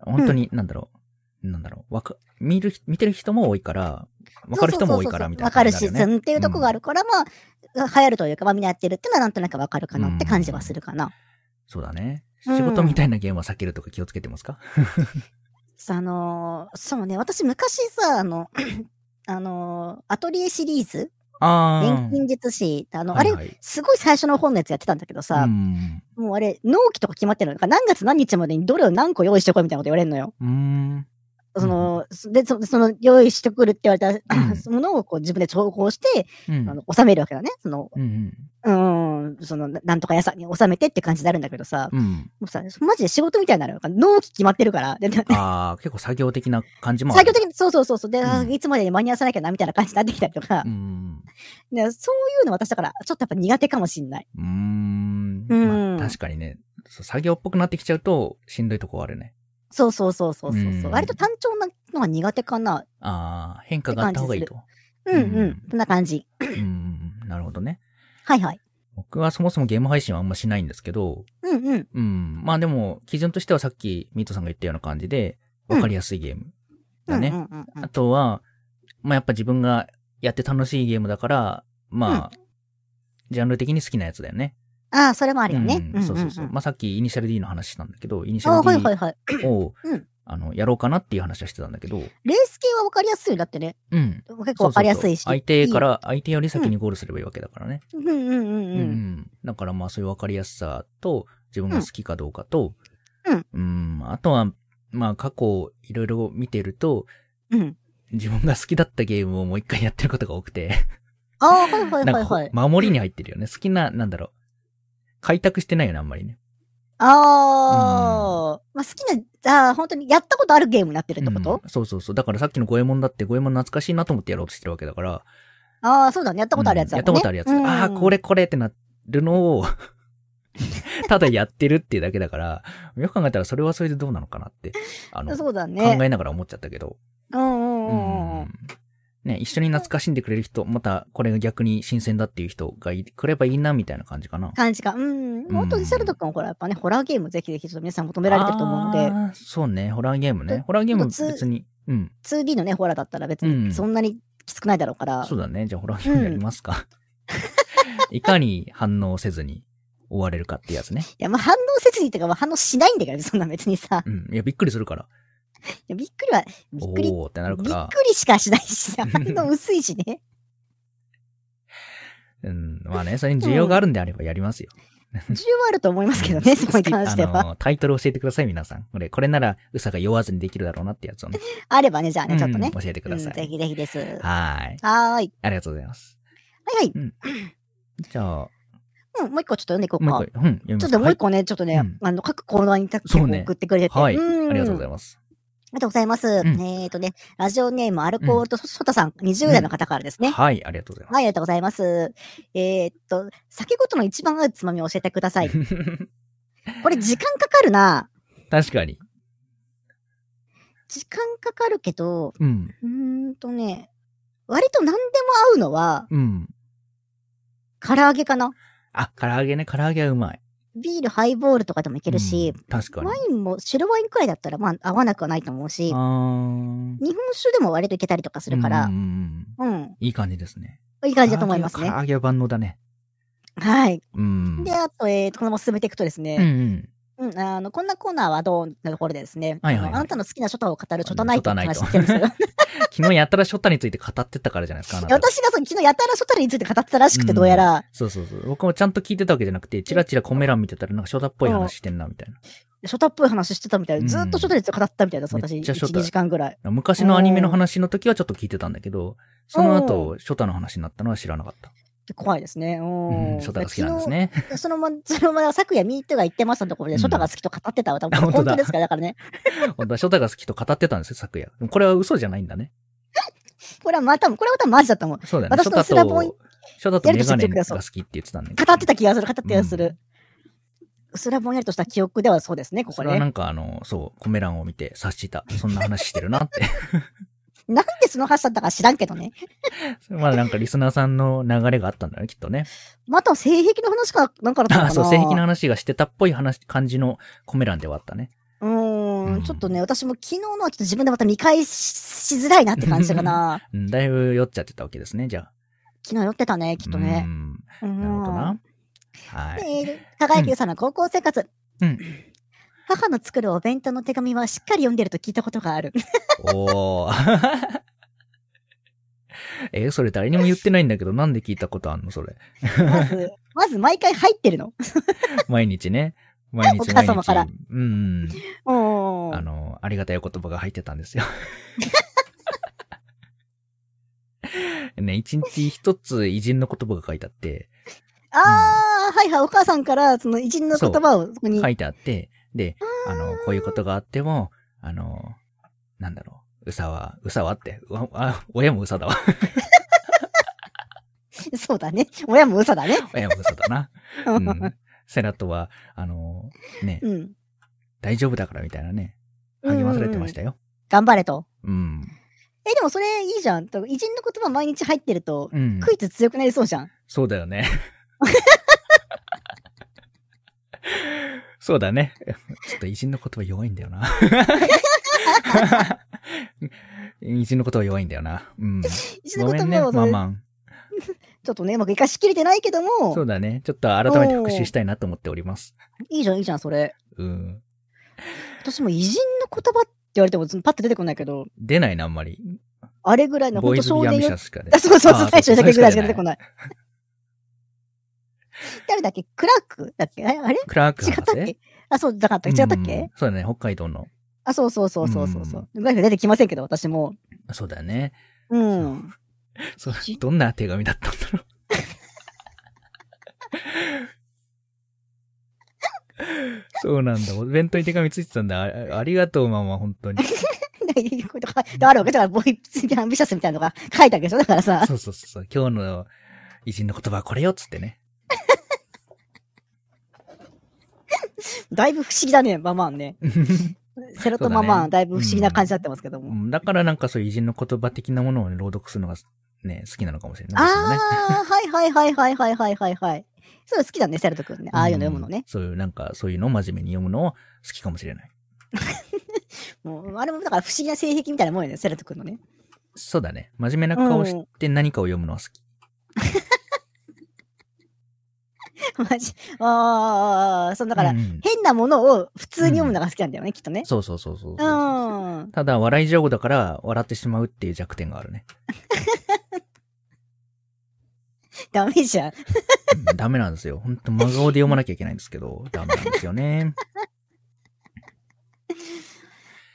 A: 本当に、なんだろう、なんだろう、わか、見る、見てる人も多いから、わかる人も多いから、みたいな
B: わか
A: 感
B: る
A: じ
B: し、
A: に
B: う
A: なよね。
B: んっていうとこがあるから、まあ、流行るというか、まあみんなやってるっていうのはなんとなくわかるかなって感じはするかな。
A: そうだね。
B: うん
A: 仕事みたいなゲームは避けるとか気をつけてますか
B: さあのーそうね、私昔さ、あの、 あのーアトリエシリーズ、
A: ああ。
B: 錬金術師、あの、あれ、
A: あれ
B: すごい最初の本のやつやってたんだけどさ、
A: うん。
B: もうあれ、納期とか決まってるのなんか何月何日までにどれを何個用意してこいみたいなこと言われるのよ。
A: うん。
B: その、で、そその、用意してくるって言われた
A: う
B: ものをこう自分で調合して、
A: うん
B: あの収めるわけだね。その、
A: うん。
B: うーん、その、ななんとか屋さんに収めてって感じになるんだけどさ、
A: うん。
B: もうさ、マジで仕事みたいになるの納期決まってるから。でで
A: ああ、結構作業的な感じもある。
B: 作業的に、そうそうそうそう、で、あ
A: うん
B: いつまでに間に合わせなきゃな、みたいな感じになってきたりとか、
A: うん。
B: ねそういうの私だから、ちょっとやっぱ苦手かもしんない。
A: うーん。
B: う
A: ま
B: ん
A: あ、確かにね、そう作業っぽくなってきちゃうと、しんどいとこはあるね。
B: そうそうそうそうそう
A: うん
B: そう。割と単調なのが苦手かな。
A: ああ、変化があった方がいいと。
B: うんうん。
A: うん
B: そんな感じ。
A: うん。なるほどね。
B: はいはい。
A: 僕はそもそもゲーム配信はあんましないんですけど、
B: うんうん。
A: うん。まあでも、基準としてはさっきミートさんが言ったような感じで、わかりやすいゲームだね。
B: うんうんうんうん
A: あとは、まあやっぱ自分がやって楽しいゲームだから、まあ、ジャンル的に好きなやつだよね。
B: ああ、それもあるよね。
A: うんそうそうそう。
B: んんん
A: まあさっきイニシャル D の話したんだけど、イニシ
B: あ
A: ャ
B: あ、はい
A: ル
B: はいはい。
A: D を
B: うん、
A: あの、やろうかなっていう話はしてたんだけど、
B: レース系は分かりやすいよ。だってね、
A: うん。
B: 結構分かりやすいし。
A: そうそうそう相手から、相手より先にゴールすればいいわけだからね。
B: いい。うんうんうん
A: う
B: うん。
A: うんんだからまあそういう分かりやすさと、自分が好きかどうかと、
B: うん。
A: うん、あとは、まあ過去いろいろ見てると、
B: うん。
A: 自分が好きだったゲームをもう一回やってることが多くて、
B: ああ、はいはい
A: な
B: はい
A: んか
B: はい。
A: ほ守りに入ってるよね。好きな、なんだろう。開拓してないよね、あんまりね。
B: ああ、まあ好きな、ああ、本当にやったことあるゲームになってるってこと、
A: うんそうそうそう。だからさっきの五右衛門だって、五右衛門懐かしいなと思ってやろうとしてるわけだから。やっ
B: ああ、そうだね。やったことあるやつだ
A: やっ
B: ね。
A: たことあるやつ。
B: うん
A: ああ、これこれってなるの を、ただやってるっていうだけだから、よく考えたらそれはそれでどうなのかなって、あの、
B: そうだね。
A: 考えながら思っちゃったけど。
B: うんう
A: うん
B: うんうん。
A: ね、一緒に懐かしんでくれる人、またこれが逆に新鮮だっていう人がいくればいいなみたいな感じかな。
B: 感じか。うん。本当にセルト君はほら、やっぱね、ホラーゲームぜひぜひちょっと皆さん求められてると思うので、
A: あーそうね、ホラーゲームね
B: と。
A: ホラーゲーム
B: 普通
A: 別に。うん。
B: 2D のね、ホラーだったら別
A: うん
B: にそんなにきつくないだろうから、
A: そうだね。じゃあホラーゲームやりますか。いかに反応せずに 追われるかってやつね。
B: いや、まあ反応せずにとか、まあ反応しないんだけど、そんな別にさ、
A: うん。いや、びっくりするから。
B: いやびっくりは、びっくり、
A: おーってなるか
B: びっ
A: ら。
B: くりしかしないし さ、反応薄いしね。
A: うん。まあね、それに需要があるんであればやりますよ。
B: 需要はあると思いますけどね、そこに関して
A: あ
B: は。
A: の、タイトル教えてください、皆さん。これ、これなら、うさが酔わずにできるだろうなってやつをね。
B: あれば ね、じゃあね、ちょっとね
A: う。ん教えてく
B: う
A: だ
B: ん、
A: さ
B: ぜ
A: い。
B: ひぜひです。は
A: はい。
B: ーい。
A: ありがとうございます。
B: はいはい。
A: じゃあ、
B: うん、もう一個ちょっと読んでいこう
A: もう
B: か
A: 一。回、うん、読みま
B: ちょ
A: す
B: っともう一
A: 個、
B: 個ね、ちょっと
A: う
B: ね
A: ん、
B: あの、各コーナーに結構
A: そうね
B: 送ってくれて。
A: はい
B: ん
A: ありがとうございます。
B: ありがとうございます。
A: ん
B: えっ、とね、ラジオネームアルコールとソタさん、20代の方からですね。
A: はい、ありがとうございます。
B: はい、ありがとうございます。えーっと、酒ごとの一番合うつまみを教えてください。これ時間かかるな。
A: 確かに。
B: 時間かかるけど、
A: うん、
B: うーんとね、割と何でも合うのは、
A: うん。
B: 唐揚げかな。
A: あ、唐揚げね、唐揚げはうまい。
B: ビール、ハイボールとかでもいけるし、
A: うん確かに
B: ワ。インも白ワインくらいだったら、まあ、合わなくはないと思うし
A: あ、ー
B: 日本酒でも割といけたりとかするか
A: う
B: ら
A: んう、んうん
B: うん、
A: いい感じですね。
B: いい感じだと思います
A: 唐揚げ
B: ね。
A: は唐揚げは万能だね。
B: はい。
A: うん。
B: で、あと、えーとこのまま進めていくとです
A: うんう
B: ね、
A: ん。
B: うん、あの、こんなコーナーはどうなところでですね、
A: はいはいはい
B: あのあなたの好きな書タを語る書タナイトって話
A: 書
B: してるんですよ。
A: 昨日やたらショッタについて語ってたからじゃないですか。あなた
B: 私がその昨日やたら書タについて語ってたらしくて、
A: うん
B: どうやら、
A: そうそうそう。僕もちゃんと聞いてたわけじゃなくて、チラチラコメ欄見てたら、なんかショタっぽい話してんな、みたい
B: 書タっぽい話してたみたいな、ずーっと書タについて語ってたみたいです、
A: うん
B: 私、
A: めっ
B: 1、
A: ちゃ書タ
B: 2時間ぐらい。
A: な。昔のアニメの話の時はちょっと聞いてたんだけど、その後、ショタの話になったのは知らなかった。
B: で怖いですね。
A: う、
B: うん
A: ショタが好きなんですね。
B: でそのま、 そのま、昨夜ミートが言ってましたところ
A: う
B: で、
A: ん
B: ショタが好きと語ってたわ、多分
A: 本当
B: 本
A: だ
B: 当ですから、だからね。
A: 本当はショタが好きと語ってたんですよ、昨夜。でもこれは嘘じゃないんだね。
B: これはまあ、多分これは多分マジだと思う。
A: そうだよね。シ
B: 私
A: ョタ
B: の
A: と
B: スラボン、
A: ショタとメガ
B: や
A: ネ
B: ると知ってく
A: が
B: だ
A: 好
B: さい
A: きって言ってたんだけど。
B: 語ってた気がする、語ってた気がす
A: う
B: る。うすらぼんやりとした記憶ではそうですね、こ
A: そ
B: こ
A: れはな
B: ね。
A: んかあの、そう、コメ欄を見て察した。そんな話してるなって。
B: なんでその話だったか知らんけどね。
A: それまあなんかリスナーさんの流れがあったんだね、きっとね。
B: また性癖の話か、なんかだったのか
A: あ
B: な。
A: そう、性癖の話がしてたっぽい話、感じのコメ欄ではあったね。
B: うー
A: うん
B: ん、ちょっとね、私も昨日のはちょっと自分でまた見返ししづらいなって感じかな。
A: うん、だいぶ酔っちゃってたわけですね、じゃあ。
B: 昨日酔ってたね、きっとね。
A: うん。なるほど
B: うん
A: な。はい。
B: で、輝きさんの高校生活。
A: うん
B: 母の作るお弁当の手紙はしっかり読んでると聞いたことが ある。
A: おお。 え、それ誰にも言ってないんだけど、なんで聞いたことあんのそれ。
B: まず、まず毎回入ってるの。
A: 毎日ね。毎日毎
B: お母
A: 日。
B: 様から
A: うん。
B: お
A: あ
B: ー
A: の、ありがたいお言葉が入ってたんです よ。ね、一日一つ偉人の言葉が書いてあって、
B: あー、はいはい、お母さんから、その偉人の言葉をそこに。
A: 書いてあって、で、あの、こういうことがあっても、あの、なんだろう、うさは、うさはって、うわあ親もうさだわ。
B: そうだね。親も嘘だね。
A: 親もうさだな。うん。セラとは、あの、ね、
B: うん。
A: 大丈夫だからみたいなね、励まされてましたよ。
B: 頑張れと。
A: うん。
B: え、でもそれいいじゃん。と偉人の言葉毎日入ってると、
A: うん。
B: クイズ強くなりそうじゃん。
A: そうだよね。そうだね。ちょっと偉人の言葉弱いんだよな。偉人の言葉弱いんだよな。うん。
B: 偉
A: ご
B: 人の
A: め
B: 言
A: んね、
B: 葉
A: マ
B: をそれ、
A: マン。
B: ちょっとね、うまく活かしきれてないけども
A: そう、だね。ちょっと改めて復習したいなと思っております。
B: いいじゃん、いいじゃん、それ。
A: うん。
B: 私も偉人の言葉って言われても、パッと出てこないけど、
A: 出ないな、あんまり。
B: あれぐらいの、ほ
A: ボ
B: ん
A: ーイ
B: と
A: ズ・ビ
B: 少
A: ア
B: 年
A: ミシ
B: よ
A: ャ。スかで
B: あ。そうそう
A: あ
B: そ
A: ー
B: う、大将だけぐらいしか出てこない。誰だっけクラークだっけあれあれ
A: クラーク
B: 違っ
A: 博
B: たっ
A: 士
B: けあ、そう、だから、違ったっけ、
A: うんそうだね、北海道の。
B: あ、そうそうそうそうそうそう。ぐらいしか出てきませんけど、私も。
A: そうだね。
B: うん。
A: そうどんな手紙だったんだろ う。そうなんだ。お弁当に手紙ついてたんだ。あありがとう、ママ、本当に。
B: でこういうことかであるわけだから、ボーイズ・ビアンビシャスみたいなのが書いたわけでしょだか らさ、
A: そうそうそうそう。今日の偉人の言葉はこれよ、っつってね。
B: だいぶ不思議だね、ママンね。セロとママン、だいぶ不思議な感じになってますけども。
A: うんだからなんかそういう偉人の言葉的なものをね、朗読するのがね、好きなのかもしれないですよね。
B: ああ、はいはいはいはいはいはいはいはい。それ好きだね、セルト君ね。ああいうの読むの
A: うん
B: ね。
A: そういう、なんかそういうのを真面目に読むのを好きかもしれない。
B: もうあれもだから不思議な性癖みたいなもんよね、セルト君のね。
A: そうだね。真面目な顔
B: う
A: し
B: ん
A: て何かを読むのは好き。
B: マジ。ああ、そうだから、
A: うんうん
B: 変なものを普通に読むのが好きなんだよね、きっとね。
A: そうそうそうそうそう
B: う。
A: そうんただ、笑い上手だから、笑ってしまうっていう弱点があるね。
B: ダメじゃん。
A: うんダメなんですよ。ほんと、真顔で読まなきゃいけないんですけど、ダメなんですよね。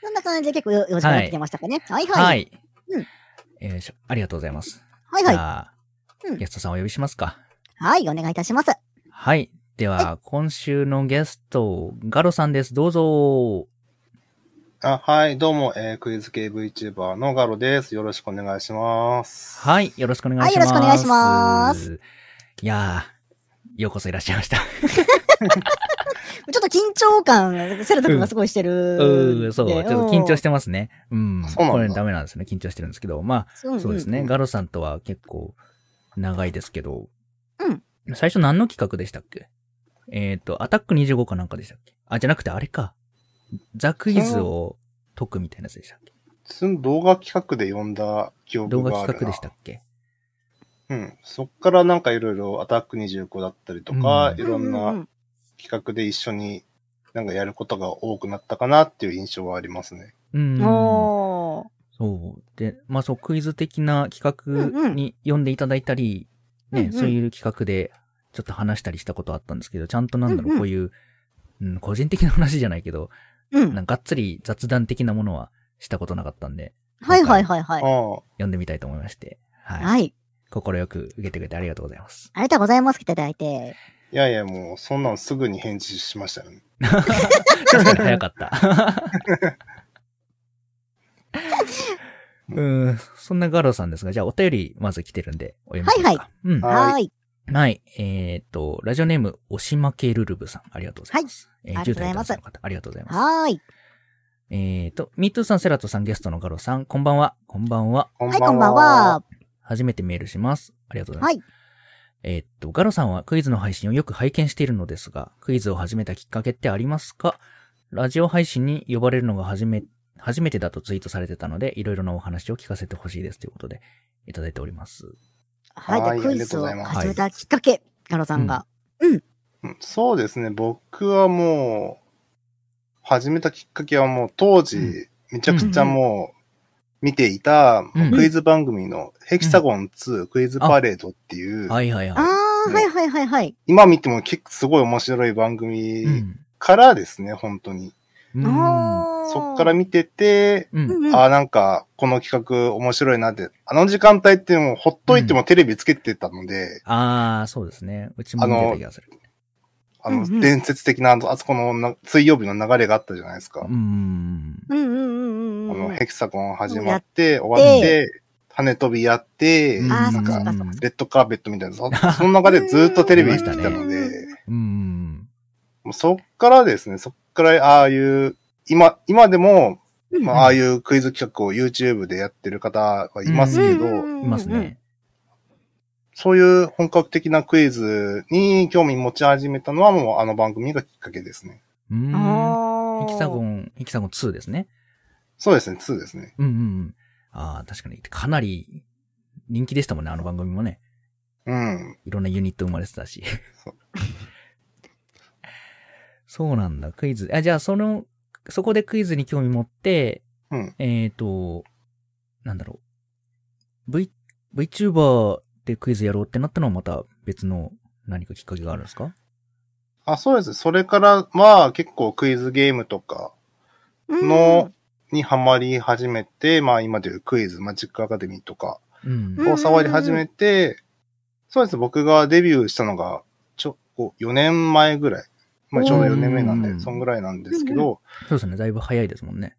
B: そんな感じで結構よ4時間やってきましたかね。はい
A: は
B: はい。
A: い。
B: うん
A: えーしありがとうございます。
B: はい
A: じ
B: はい。
A: ゃあ、
B: うん
A: ゲストさんお呼びしますか。
B: はい、お願いいたします。
A: はい。では、今週のゲスト、ガロさんです。どうぞ。
C: あはい、どうも、えークイズ系 VTuber のガロです。よろしくお願いします。
A: はい。よろしくお願いします。
B: はいよろしくお願いします。
A: いやー、ようこそいらっしゃいました。
B: ちょっと緊張感、セルト君がすごいしてる。。
A: うん、 そう。ちょっと緊張しててますね。うん。
C: そうなんだ
A: これダメなんですね。緊張してるんですけど。まあ、
B: うん
A: そうですね。。
B: ん
A: ガロさんとは結構長いですけど。
B: うん
A: 最初何の企画でしたっけえっ、と、アタック25かなんかでしたっけあ、じゃなくてあれか。ザクイズを解くみたいなやつでしたっけ
C: その動画企画で読んだ記憶
A: 動
C: がある
A: 画企画
C: な。
A: でしたっけ
C: うん。そっからなんかいろいろアタック25だったりとか、
A: うん
C: いろんな企画で一緒になんかやることが多くなったかなっていう印象はありますね。
A: う。
B: うんん。おー。
A: そう。で、まあそう、クイズ的な企
B: うん
A: 画
B: うん
A: に読んでいただいたり、
B: うんう
A: ね
B: ん、
A: そういう企画でちょっと話したりしたことあったんですけど、ちゃんとなんだろ
B: うんう
A: う、
B: ん
A: こういう、うん、個人的な話じゃないけど、
B: うん。
A: なんかがっつり雑談的なものはしたことなかったんで、
B: はいはいはいはい。
C: ああ。
A: 読んでみたいと思いまして、はい。
B: はい。
A: 心よく受けてくれてありがとうござい ます。
B: ありがとうございます。来ていただいて。
C: いやいや、もう、そんなんすぐに返事しましたよね。
A: 確かに早か った。うん、そんなガロさんですが、じゃあお便りまず来てるんで、お読みしましょうか。うん。
C: は
B: はーい。
A: はい。えっ、と、ラジオネーム、おしまけるるぶさん、ありがとうございます。はい。え
B: あ
A: ー、
B: りがとう
A: 10代
B: ございま
A: 男
B: す
A: 性の方、ありがとうございます。
B: はーい。
A: えっ、と、ミートゥーさん、セラトさん、ゲストのガロさん、こんばんは。こんばんは。
C: こ
B: はい、こんばんは。。
A: 初めてメールします。ありがとうございます。
B: はい。
A: えーっと、ガロさんはクイズの配信をよく拝見しているのですが、クイズを始めたきっかけってありますかラジオ配信に呼ばれるのが初め、初めてだとツイートされてたので、いろいろなお話を聞かせてほしいですということで、いただいております。
B: は。
C: はいい
B: で、クイズを
C: ありがとうございます
B: 始めたきっかけ、ガロさんが。
C: うんそうですね。僕はもう、始めたきっかけはもう、当時、めちゃくちゃもう、見ていた、
A: うん
C: クイズ番組のヘキサゴン2クイズパレードっていう、
A: はいはい
B: あ
A: はい。
B: ー、
C: うん
B: はいはいはいはい。
C: 今見ても結構すごい面白い番
A: う
C: 組
A: ん。
C: からですね、本当に。
A: うん
B: あー
C: そっから見てて、
A: う。
B: うんんうん。
C: ああ、なんか、この企画面白いなって、あの時間帯ってもう、ほっといてもテレビつけてたので、
A: あー、そうですね。うちも見てた気がする。
C: あ
B: うんう
C: の、
B: ん
C: 伝説的な、あのあそこのな水曜日の流れがあったじゃないですか
A: う。ん。
B: うんうんうん
C: あ
B: うんう
C: の、
B: ん。
C: ヘキサゴン始
B: や
C: ま
B: っ
C: って、終わって、跳ね飛びやって、
A: うん
B: あー、
C: な
B: そ
C: ん
B: っかそっか、
C: か
B: そっか。
C: レッドカーペットみたいな、そその中でずっとテレビ見てたの
B: うん
C: で、
A: うん。
C: もうそっからですね、そっから、ああいう、今、今でも、まあ、ああいうクイズ企画を YouTube でやってる方はいますけど、
A: いますね。
C: そういう本格的なクイズに興味持ち始めたのはもうあの番組がきっかけですね。
A: うん。ヘ
B: あー
A: キサゴン、ヘキサゴン2ですね。
C: そうですね、2ですね。
A: うんうんうん。ああ、確かに。かなり人気でしたもんね、あの番組もね。
C: うん。
A: いろんなユニット生まれてたし
C: そう。
A: そうなんだ、クイズ。あ、じゃあ、その、そこでクイズに興味持って、
C: うん
A: えっ、と、なんだろう。V、VTuber でクイズやろうってなったのはまた別の何かきっかけがあるんですか
C: あ、そうです。それからは結構クイズゲームとかの、にハマり始めて、まあ今でいうクイズ、マジックアカデミーとか
A: うん。
B: うん
C: を触り始めて、そうです。僕がデビューしたのが、ちょ、こう4年前ぐらい。まあちょうど4年目なん
A: うん
C: で、そんぐらいなんですけど、
A: そうですね、だいぶ早いですもんね。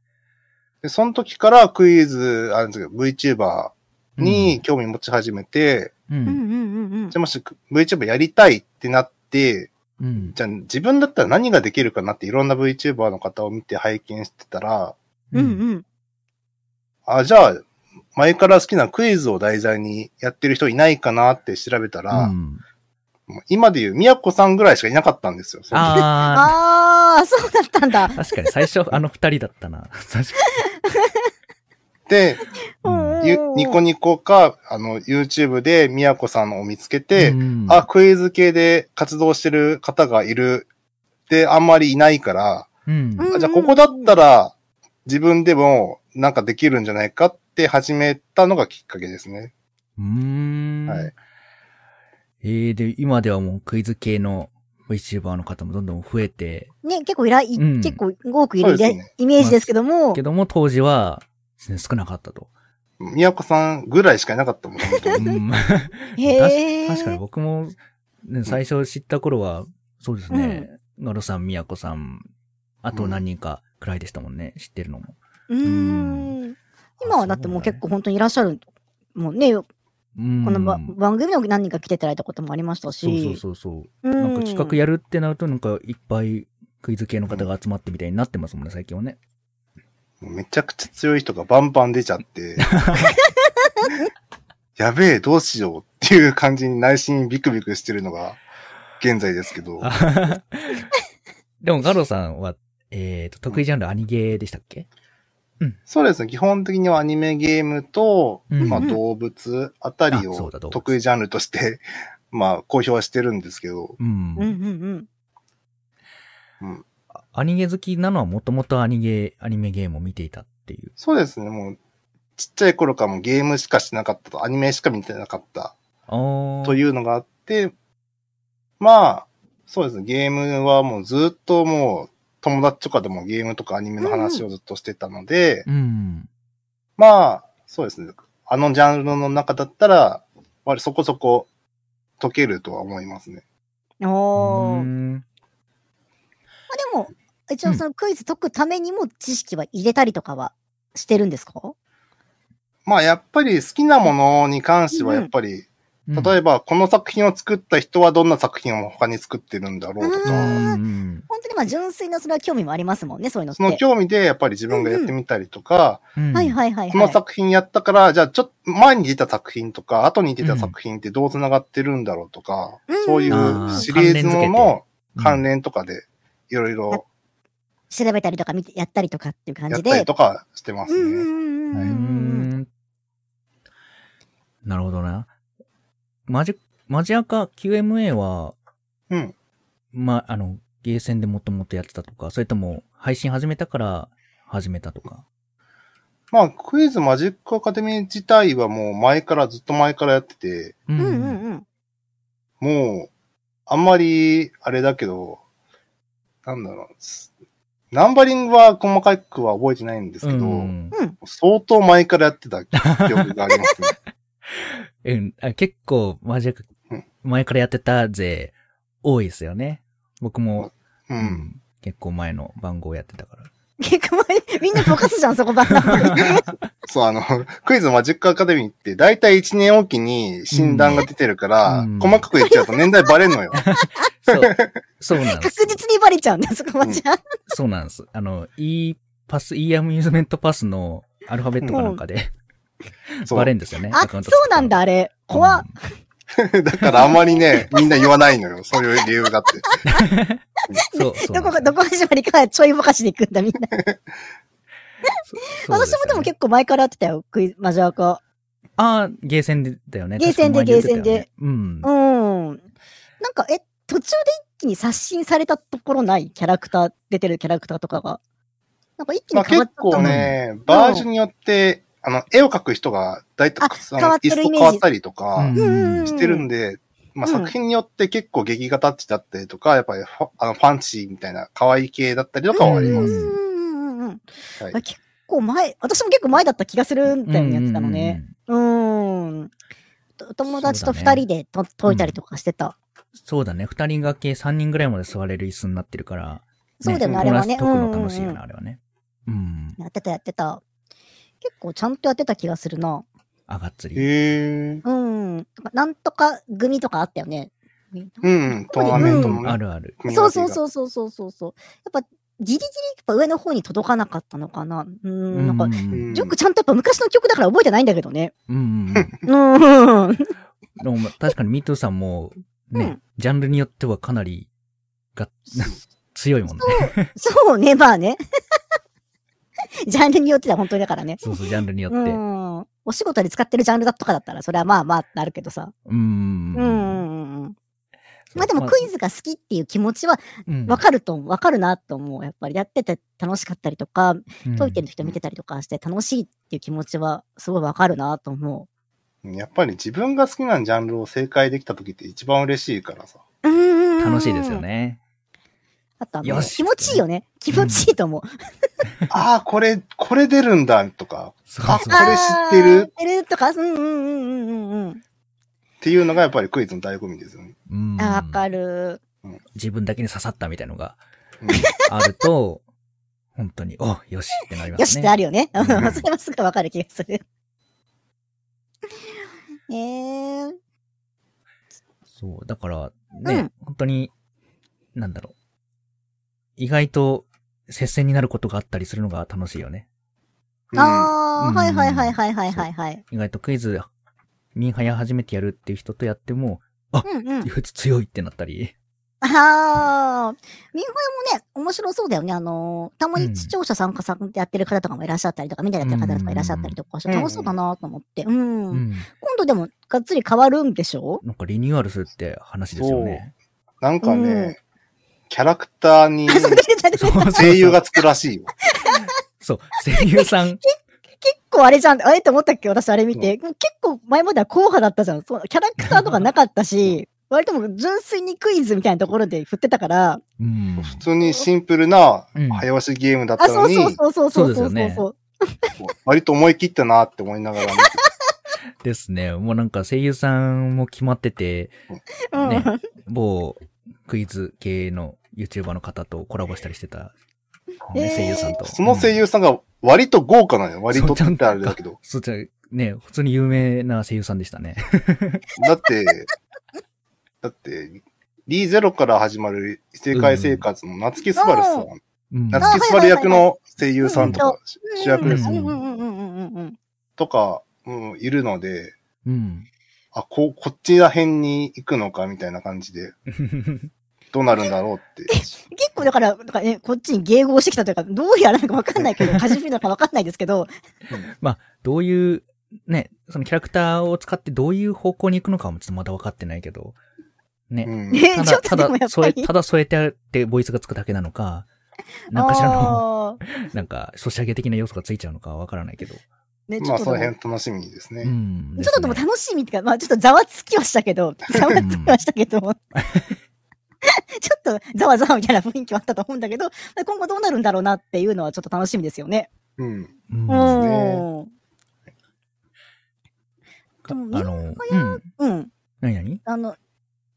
C: で、その時からクイズ、あるんですけど、VTuber に、興味持ち始めて、
A: う
B: うんうん
A: ん。
B: うんうんうん
C: じゃあもし VTuber やりたいってなって、
A: うん。
C: じゃあ自分だったら何ができるかなっていろんな VTuber の方を見て拝見してたら、
B: うんうん。
C: あ、じゃあ、前から好きなクイズを題材にやってる人いないかなって調べた
A: う
C: ら、
A: ん
C: もう今で言う宮子さんぐらいしかいなかったんですよ。その時
A: あ
B: あー、そうだったんだ
A: あ、。確かに最初あの二人だったな。確か
C: で、
A: うん
C: ゆニコニコか、あの、YouTube で宮子さんを見つけ
A: に。
C: て、
A: うん
C: あ、クイズ系で活動してる方がいるであんまりいないから、
A: うん。
B: うん
C: あじゃあここだったら、自分でもなんかできるんじゃないかって始めたのがきっかけですね。
A: うーん。
C: はい
A: えー、で、今ではもうクイズ系の VTuber の方もどんどん増えて、
B: ね、結構いらい、
A: うん
B: 結構多くいるイ
C: そう
B: メー
C: です
B: ジ
C: ね
B: イメージですけども
A: け、ども当時はね少なかったと。
C: 宮子さんぐらいしかいなかったもん、本当
A: う
C: に。
A: ん
B: へー
A: 確かに僕も、ね、最初知った頃は、そうですね、ガロさん、ミヤコさん、あと何人かくらいでしたもんね、知ってるのも。
B: うーん。今はだってもう結構本当にいらっしゃる。もうね、こ
A: うん、こ
B: のば番組の何人か来ていただいたこともありました
A: そうそう
B: し。
A: そうそう。
B: う
A: なんんか企画やるってなると、なんかいっぱいクイズ系の方が集まってみたいになってますもんね、最近はね。
C: もうめちゃくちゃ強い人がバンバン出ちゃって。 やべえ、どうしようっていう感じに内心ビクビクしてるのが、現在ですけど。
A: あ でも、ガロさんは、えっ、と、得意ジャンルアニゲーでしたっけ
C: そうですね。基本的にはアニメゲームと、
A: うん
C: まあ
B: うん
C: 動物あたり
A: あそう
C: を
A: だ動物
C: 得意ジャンルとして、まあ公表はしてるんですけど、
A: うん
B: うん。うん
A: アニゲ好きなのはもともとアニゲー、アニメゲームを見ていたっていう。
C: そうですね。もう、ちっちゃい頃からもうゲームしかしてなかったと、アニメしか見てなかった
A: ああ。
C: と
A: う。
C: いうのがあって、まあ、そうですね。ゲームはもうずっともう、友達とかでもゲームとかアニメの話をずっとしてたので、
A: うん。
C: まあ、そうですね。あのジャンルの中だったら、割とそこそこ解けるとは思いますね。
B: うん。おー。
A: うー
B: ま
A: ん
B: あでも、一応そのクイズ解くためにも知識は入れたりとかはしてるんですか
C: まあ、やっぱり好きなものに関しては、やっぱり、
A: うん
C: 例えばこの作品を作った人はどんな作品を他に作ってるんだろうと
A: う
C: か、
A: んうん
B: 本当にまあ純粋なそれは興味もありますもんね、そういうのって。
C: その興味でやっぱり自分がやってみたりとか、
A: うん。
B: はいはいはい、はい。
C: この作品やったから、じゃあちょっと前に出た作品とか、後に出た作品ってどう繋がってるんだろうとか、
B: うん
C: そういうシリーズもの
A: うん
C: 関連とかでいろいろ
B: 調べたりとか見て、やったりとかっていう感
C: やっ
B: じ
C: た
B: で
C: り。とかしてま
B: う
C: す
B: んう
C: ね。
B: んうん
A: う
B: うん
A: ー
B: うんうん。
A: んなるほどな。マジ、マジアカ QMA は、
C: うん。
A: ま、あの、ゲーセンでもともとやってたとか、それとも配信始めたから始めたとか。
C: まあ、クイズマジックアカデミー自体はもう前から、ずっと前からやってて、
A: う
B: うんうんうん。
C: もう、あんまり、あれだけど、なんだろう、すナンバリングは細かくは覚えてないんですけど、
A: うん
C: 相当前からやってた記憶があり ますね。
A: うん、あ結構、マジアカ
C: うん、
A: 前からやってたぜ、多いですよね。僕も、
C: う。
A: うん結構前の番号やってたから。
B: 結構前にみんなぼかすじゃん、そこばっか り。
C: そう、あの、 クイズマジックアカデミーって、だいたい1年おきに診断が出てるから、
A: うん
C: 細かく言っちゃうと年代バレん のよ。
A: そう、そうなんです
B: 確。実にバレちゃうんだ、そこはじゃあ。
A: そうなんです。あの、E パス、E アミューズメントパスのアルファベットかなんかで、
C: そ
A: バレ
C: う。
A: んですよね。
B: あ、
A: アカ
B: そ
A: ウント作っ
B: う
A: た
B: な
A: の
B: んだ、。あれ。怖っ。
C: だからあんまりね、みんな言わないのよ。そういう理由があって。
A: うんそう、そう
B: ど
A: な
B: こ
A: んです
B: か、どこ始まりか、ちょいぼかしで行くんだ、みんな。
A: そう
B: 私
A: す
B: もでも
A: よね
B: 結構前からやってたよ、クイズ、マジアカ。
A: ああ、ゲーセンでだよね。
B: ゲーセンで
A: 確か前に
B: ゲーセ
A: 出て
B: ンで
A: たよね。うん
B: う。ん。なんか、え、途中で一気に刷新されたところないキャラクター、出てるキャラクターとかが。なんか一気
C: ま
B: に
C: あ
B: 変わっ
C: 結
B: ちゃった
C: 構
B: の
C: ね、バージョンによって、あの、絵を描く人が、だいたい
B: あ、
C: あ
B: 変わ
C: の
B: っ、て
C: イ
B: る
C: ス
B: イ
C: ト
B: メージ
C: 変わったりとか
A: うんうん
C: してるんで、ま
B: う
C: あ
B: ん
C: 作品によって結構劇画タッチだったりとか、やっぱりファあのファンシーみたいな可愛い系だったりとかはあります。
A: うん
B: うんうんうんうん
C: はい
B: あ結構前、私も結構前だった気がするんだよね、やってたのね。
A: うん。
B: うん。お友達と
A: そうだね
B: 二人でと解いたりとかしてた。
A: そうだね。二人掛け三人ぐらいまで座れる椅子になってるから。
B: そうだよね、あれ
A: 友
B: は
A: 達
B: ね。
A: と解くの楽しいよ
B: うんうん
A: ね、あれはね。うん
B: う。んやってた、やってた。結構ちゃんとやってた気がするな。
A: あがっつり。
C: へー。
B: うん。なんとか組とかあったよね。
C: うんうん、トーナメントのね。
A: あるある。
C: 組み
B: そ
C: 分
B: う
C: け
B: そ
C: が
B: うそうそうそうそうそう。やっぱ、ギリギリやっぱ上の方に届かなかったのかな。うん。なんか、
A: うん
B: よくちゃんとやっぱ昔の曲だから覚えてないんだけど ね。
A: うん。うん
B: うん。
A: でも確かにミートゥーさんも、ね、
B: うん
A: ジャンルによってはかなりが、強いもんね。
B: そうね、まあね。 ジャンルによっては本当にだからね。
A: そうそう、ジャンルによって。
B: う。
A: うん
B: お仕事で使ってるジャンルだとかだったら、それはまあまあなるけどさ。
A: ん。
B: うんうんうん。まあでもクイズが好きっていう気持ちは
A: 分
B: わかると思う。わかるなと思う。やっぱりやってて楽しかったりとか、解いてる人見てたりとかして楽しいっていう気持ちはすごいわかるなと思
C: やっぱり自分が好きなジャンルを正解できた時って一番嬉しいか らさ。
B: う。うん
A: 楽しいですよ。ね。
B: あとはね
A: よし
B: 気持ちいいよね。気持ちいいと思う。
C: ああ、これ、これ出るんだとか、
A: そう
C: あ、
A: そ
C: こ
A: う。
C: れ知ってる
B: あー知ってるとか、うんうんうんうんうんうん。
C: っていうのがやっぱりクイズの醍醐味ですよね。
A: うん
B: あーわかる。
A: 自分だけに刺さったみたいのが
C: うん
A: あると、本当に、お、よしってなりますね。
B: よしってあるよね。
A: うん
B: それはすぐわかる気がする。 えー、
A: そう、だから、ね、
B: うん
A: 本当に、なんだろう。意外と、接戦になることがあったりするのが楽しいよね。
C: うん
B: あ
A: う
B: ー、
A: ん
B: はいはいはいはいはいはいはい。
A: 意外とクイズ、ミンハヤ初めてやるっていう人とやっても、
B: うんうん
A: い。やつ強いってなったり。
B: ああ、ミンファイもね、面白そうだよね。あのーたま
A: うん
B: に視聴者参加さんやってる方とかもいらっしゃったりとか、メディアやってる方とかいらっしゃったりとかして、
C: うん
B: 楽しそうだなと思って。うん。
A: うん。
B: 今度でも、がっつり変わるんでしょ
A: なんかリニューアルするって話ですよね。
C: なんかね、
B: うん
C: キャラクターに
B: あ、 そうでしたね。結
A: そ う
C: 声優がつくらしいよ。
A: そう、声優さん。
B: 構あれじゃん。あれって思ったっけ私あれ見て。結構前までは硬派だったじゃん。そうキャラクターとかなかったし、割ともう純粋にクイズみたいなところで振ってたから。
A: うん。
C: 普通にシンプルな
A: うん
C: 早押しゲームだっ
B: あ、
C: たの
B: そう
C: に、
B: そうそうそうそ
A: そ
B: うそうそう
A: うですよ
C: 割と思い切ったなって思いながら見て
A: ですね。もうなんか声優さんも決まってて、
B: うん。
A: ね某クイズ系の YouTuber の方とコラボしたりしてた、ね
B: えー
A: 声優さんと。
C: その声優さんが割と豪華なのよ。割とって言ったらあれだけど。
A: そうじゃね、普通に有名な声優さんでした ね。
C: だって、だって、D0 から始まる異世界生活の夏木すばるさん。
A: うん。
C: 夏木すばる役の声優さんとか、主役です
A: う
C: よ
A: ん
B: うんうんうんうんうんうん。
C: とか、うん、いるので、
A: うん。
C: あ、こう、こっちら辺に行くのかみたいな感じで、どうなるんだろうって。
B: 結構だから、なんかね、こっちに迎合してきたというか、どうやらなんかわかんないけど、かじめなのかわかんないですけ ど、
A: どういう、ね、そのキャラクターを使ってどういう方向に行くのかもちょっとまだ分かってないけど、
C: う
A: ね。
C: ん
B: ね、
A: た
B: ち
A: だ、
B: ょっと
A: た
B: でもや
A: だ、
B: っぱ
A: 添え、
B: り。
A: ただ添えてあってボイスがつくだけなの か、なんかしらの、
B: あー
A: なんか、ソシャゲ的な要素がついちゃうのかわからないけど。
B: ね、ちょ
C: まあ、
B: っと
C: そ
B: でも
C: の辺楽しみですね。
A: うん。
B: ちょっとでも
A: ですね
B: 楽しみっていうか、まあちょっとざわつきはしたけ ど、ざわつきはしたけど、 ちょっとざわざわみたいな雰囲気はあったと思うんだけど、今後どうなるんだろうなっていうのはちょっと楽しみですよね。
C: うん。
A: うん
B: うん。でも
A: あの、うん。
B: うん。
A: 何何
B: あの、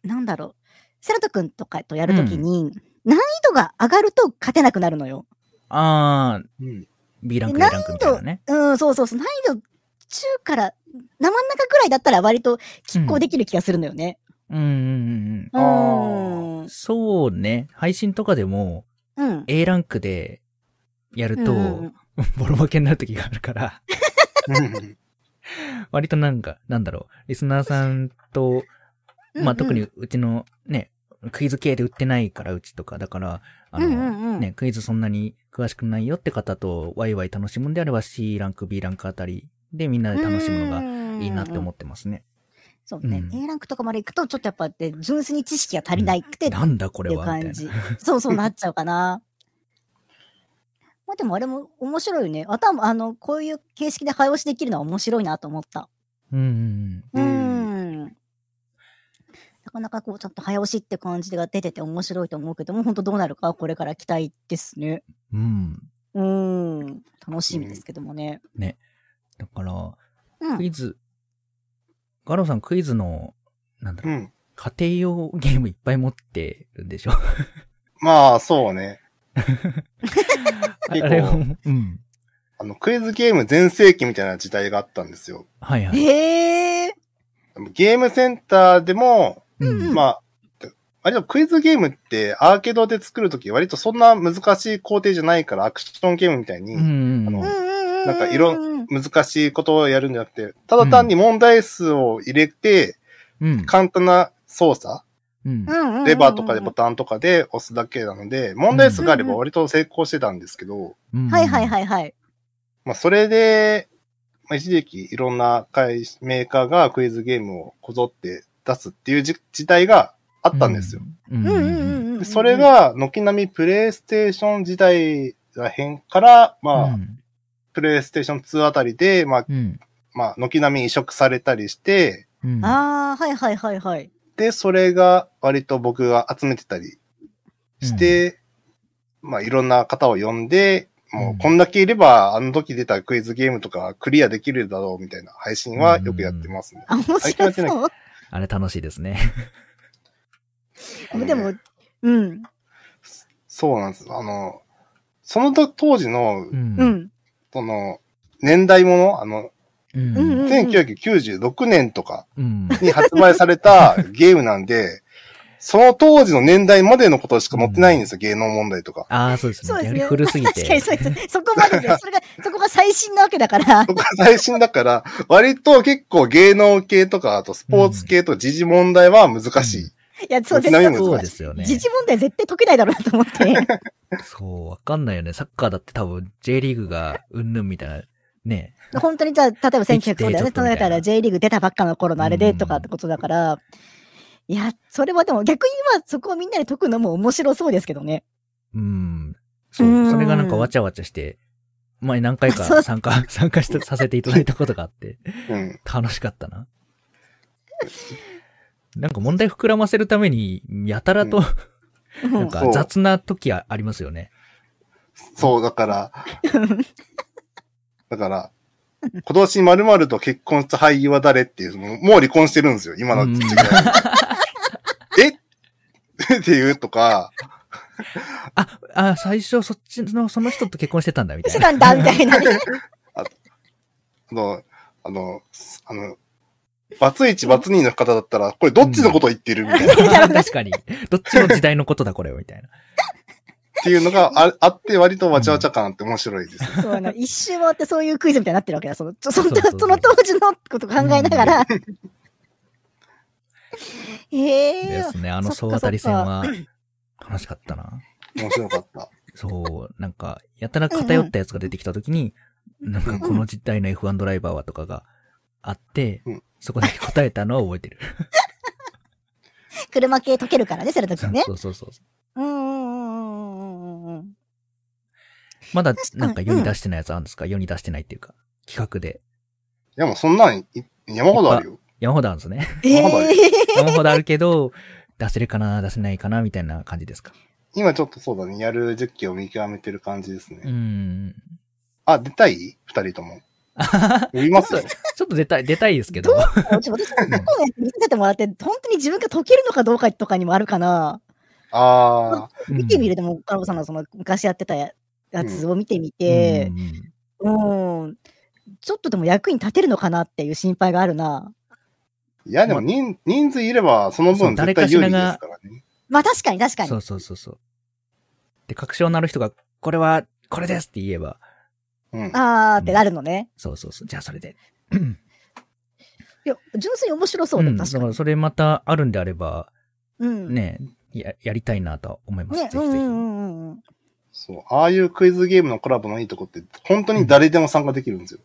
B: なんだろう。セラト君とかとやるときに、難易度が上がると勝てなくなるのよ。
A: あー、
C: うん。
A: B ランク、A ランクみたいなね。
B: うん、そうそうそう。難易度中から、生の中くらいだったら割と拮抗できる気がするのよね。
A: うんうんうん
B: う
C: うん
B: ん。う
A: うんん。。そうね。配信とかでも、
B: うん。
A: A ランクでやると、
B: うん、
A: ボロ負けになる時があるから、
C: うん
A: 割となんか、なんだろう、リスナーさんと、まあ、特に。うちのね、クイズ系で売ってないから、うちとか、だから、あの、
B: うんうんうん
A: ね、クイズそんなに詳しくないよって方と、ワイワイ楽しむんであれば C ランク、B ランクあたりでみんなで楽しむのが
B: が
A: いいなって思
B: っ
A: っ
B: て。
A: てますね。
B: そうね。
A: うん
B: A ランクとかまで行くと、ちょっとやっぱで純粋に知識が足りないくて、っ
A: なんだこ
B: て
A: れ
B: いう
A: は、みた
B: 感
A: い
B: じ
A: な。。
B: そうそうなっちゃうかな。まあでもあれも面白いよね。頭、あの、こういう形式で早押しできるのは面白いなと思った。
A: うんうん
B: う。
C: うん
B: なかなかこう、ちゃんと早押しって感じが出てて面白いと思うけども、本当どうなるか、これから期待ですね。
A: うん。うん。
B: うん。楽しみですけどもね。
A: だから、
B: うん。
A: クイズ、ガロさんクイズの、なんだ
C: う
A: ろう、
C: ん。
A: 家庭用ゲームいっぱい持ってるんでし ょ
C: まあ、そうね。
A: あれを、うん。
C: あの、クイズゲーム全盛期みたいな時代があったんですよ。
A: はいはい。
B: へえ。
C: ゲームセンターでも、
A: うん。
C: まあ、割とクイズゲームってアーケードで作るとき割とそんな難しい工程じゃないからアクションゲームみたい
A: うん
C: に
A: うん
C: あ
B: う
A: うん
C: の
B: うんうん。
C: なんかいろ
B: うん。
C: 難しいことをやるんじゃなくて、ただ単に問題数を入れて
A: うん。
C: 簡単な操作、
A: うん
B: うんうん
C: レバーとかでボタンとかで押すだけなので、問題数があれば割と成功してたんですけど、
A: うん
B: はいはいはいはい。
C: まあそれで、まあ、一時期いろんな会社メーカーがクイズゲームをこぞって出すっていうじ時代があったんですよ。。
A: うん
B: うん
A: う
B: う
A: う
B: んんう
A: ん
B: んうんうん。
C: でそれ、が、軒並みプレイステーション時代らへんから、まあ、
A: うん
C: プレイステーション2あたりで、まあ、
A: うん。
C: まあ、軒並み移植されたりして、
A: うん
B: ああ、はいはいはいはい。
C: で、それが割と僕が集めてたりして、まあ、いろんな方を呼んで、も
A: うん
C: う、こんだけいれば、あの時出たクイズゲームとかクリアできるだろうみたいな配信はよくやってますね。
B: あ、面
C: 最近
B: 白
C: やってない
B: そ
A: あれ楽しいです ね。
B: う。でも、うん。
C: そうなんです。あの、そのと当時の、
A: うん
B: うん。
C: その、年代もの、あの、
A: うん
B: うんうん。
C: 1996年とか
A: うん。
C: に発売された ゲームなんで、その当時の年代までのことしか載ってないんですよ、芸能問題とか。
A: ああ、そうです
B: そう
A: ね。
B: です
A: よ
B: ね。
A: り古すぎ
B: 確か
A: て。
B: にそうです。そこまで で、それが、そこが最新なわけだ から。
C: とか最新だから、 割と結構芸能系とか、あとスポーツ系と時事問題は難しい。
B: いや、そう、絶
C: 軒並
B: 対
C: み、
A: そうですよね。
B: 時事問題絶対解けないだろうなと思って。
A: そう、わかんないよね。サッカーだって多分 J リーグがうんぬんみたいな、ね。
B: 本当にじゃあ、例えば
A: 生きて
B: 1900年
A: ちょっとみたい
B: ね、例
A: な
B: えたら J リーグ出たばっかの頃のあれでとかってことだから、いや、それはでも逆にまあそこをみんなで解くのも面白そうですけどね。
A: うん。そうう、
B: ん
A: それがなんかわちゃわちゃして、前何回
B: そ
A: か
B: う
A: 参加、参加したさせていただいたことがあって、
C: うん。
A: 楽しかったな。なんか問題膨らませるために、やたらと、
B: うん
A: なんか雑な時ありますよね。
C: そう、だ から、だから、今年〇〇と結婚した俳優は誰っていう、もうもう離婚してるんですよ、今の時 期え っていうとか、
A: あ、あ、最初そっちの、その人と結婚してたんだ、みた
B: して
A: いな。
B: たんだ、みたい なね。
C: あの、あの、すあの、バツイチ、バツ2の方だったら、これどっちのことを言ってるみたいな、っ
A: 確かに。どっちの時代のことだ、これ、みた いな。
C: ていうのがああって、割とわちゃわちゃ感あって面白いです。
B: そうあの一周回ってそういうクイズみたいになってるわけだ。そのちょその
A: そうそうそう
B: その当時のこと考えなが ら。へ
A: で
B: え
A: すね。あの
B: そ
A: 総
B: っかそ
A: 当
B: っか
A: たり戦は、楽しかったな。
C: 面白かった。
A: そう、なんか、やたら偏ったやつが出てきたときに、なんかこの実態の F1 ドライバーはとかがあって、
C: うん
A: そこで答えたのは覚えてる。
B: 車系解けるからね、その時ね。
A: そうそうそう。
B: うんうんうんうんうんうん。
A: まだ
B: 確かに
A: なんか世に出してないやつあるんですか、世に出してないっていうか、企画で。
C: いや、もうそんなんい山ほどあるよ。
A: 山ほどあるんです ね。
B: ええ
A: 山ほどあるけど、出せるかな、出せないかな、みたいな感じですか。
C: 今ちょっとそうだね、やる時期を見極めてる感じですね。
A: うん。
C: あ、出たい二人とも。言いますよ。
A: ちょっと出たい、出たいですけど。
B: うち私も過去のやつ見せてもらって、本当に自分が解けるのかどうかとかにもあるかな。
C: ああ、
B: 見てみ
A: る
B: るでも、カラボさんのその昔やってたやつを見てみて、うん。ちょっとでも役に立てるのかなっていう心配があるな。
C: いや、でも人人数いれば、その
A: そう
C: 分
A: 誰
C: 絶
A: か
C: 対
A: し
C: 有
A: ら
C: 利で
A: が
C: すからね。
B: まあ確かに確かに。
A: そうそうそうそう。で、確証のある人が、これは、これですって言えば、
C: うん。
B: あーってなるのね。
A: そうそうそう、じゃあそれで。
B: いや、純粋に面白そうだ、
A: ん
B: 確か
A: だ
B: に
A: から。それまたあるんであれば、
B: うん。ね。
A: ね、ややりたいなとは思います。ぜ
B: う
A: ひ
B: ん
A: ぜ
B: う
A: ひ。
B: んうんうん。
C: そう。ああいうクイズゲームのコラボのいいとこって、本当に誰でも参加できるんですよ。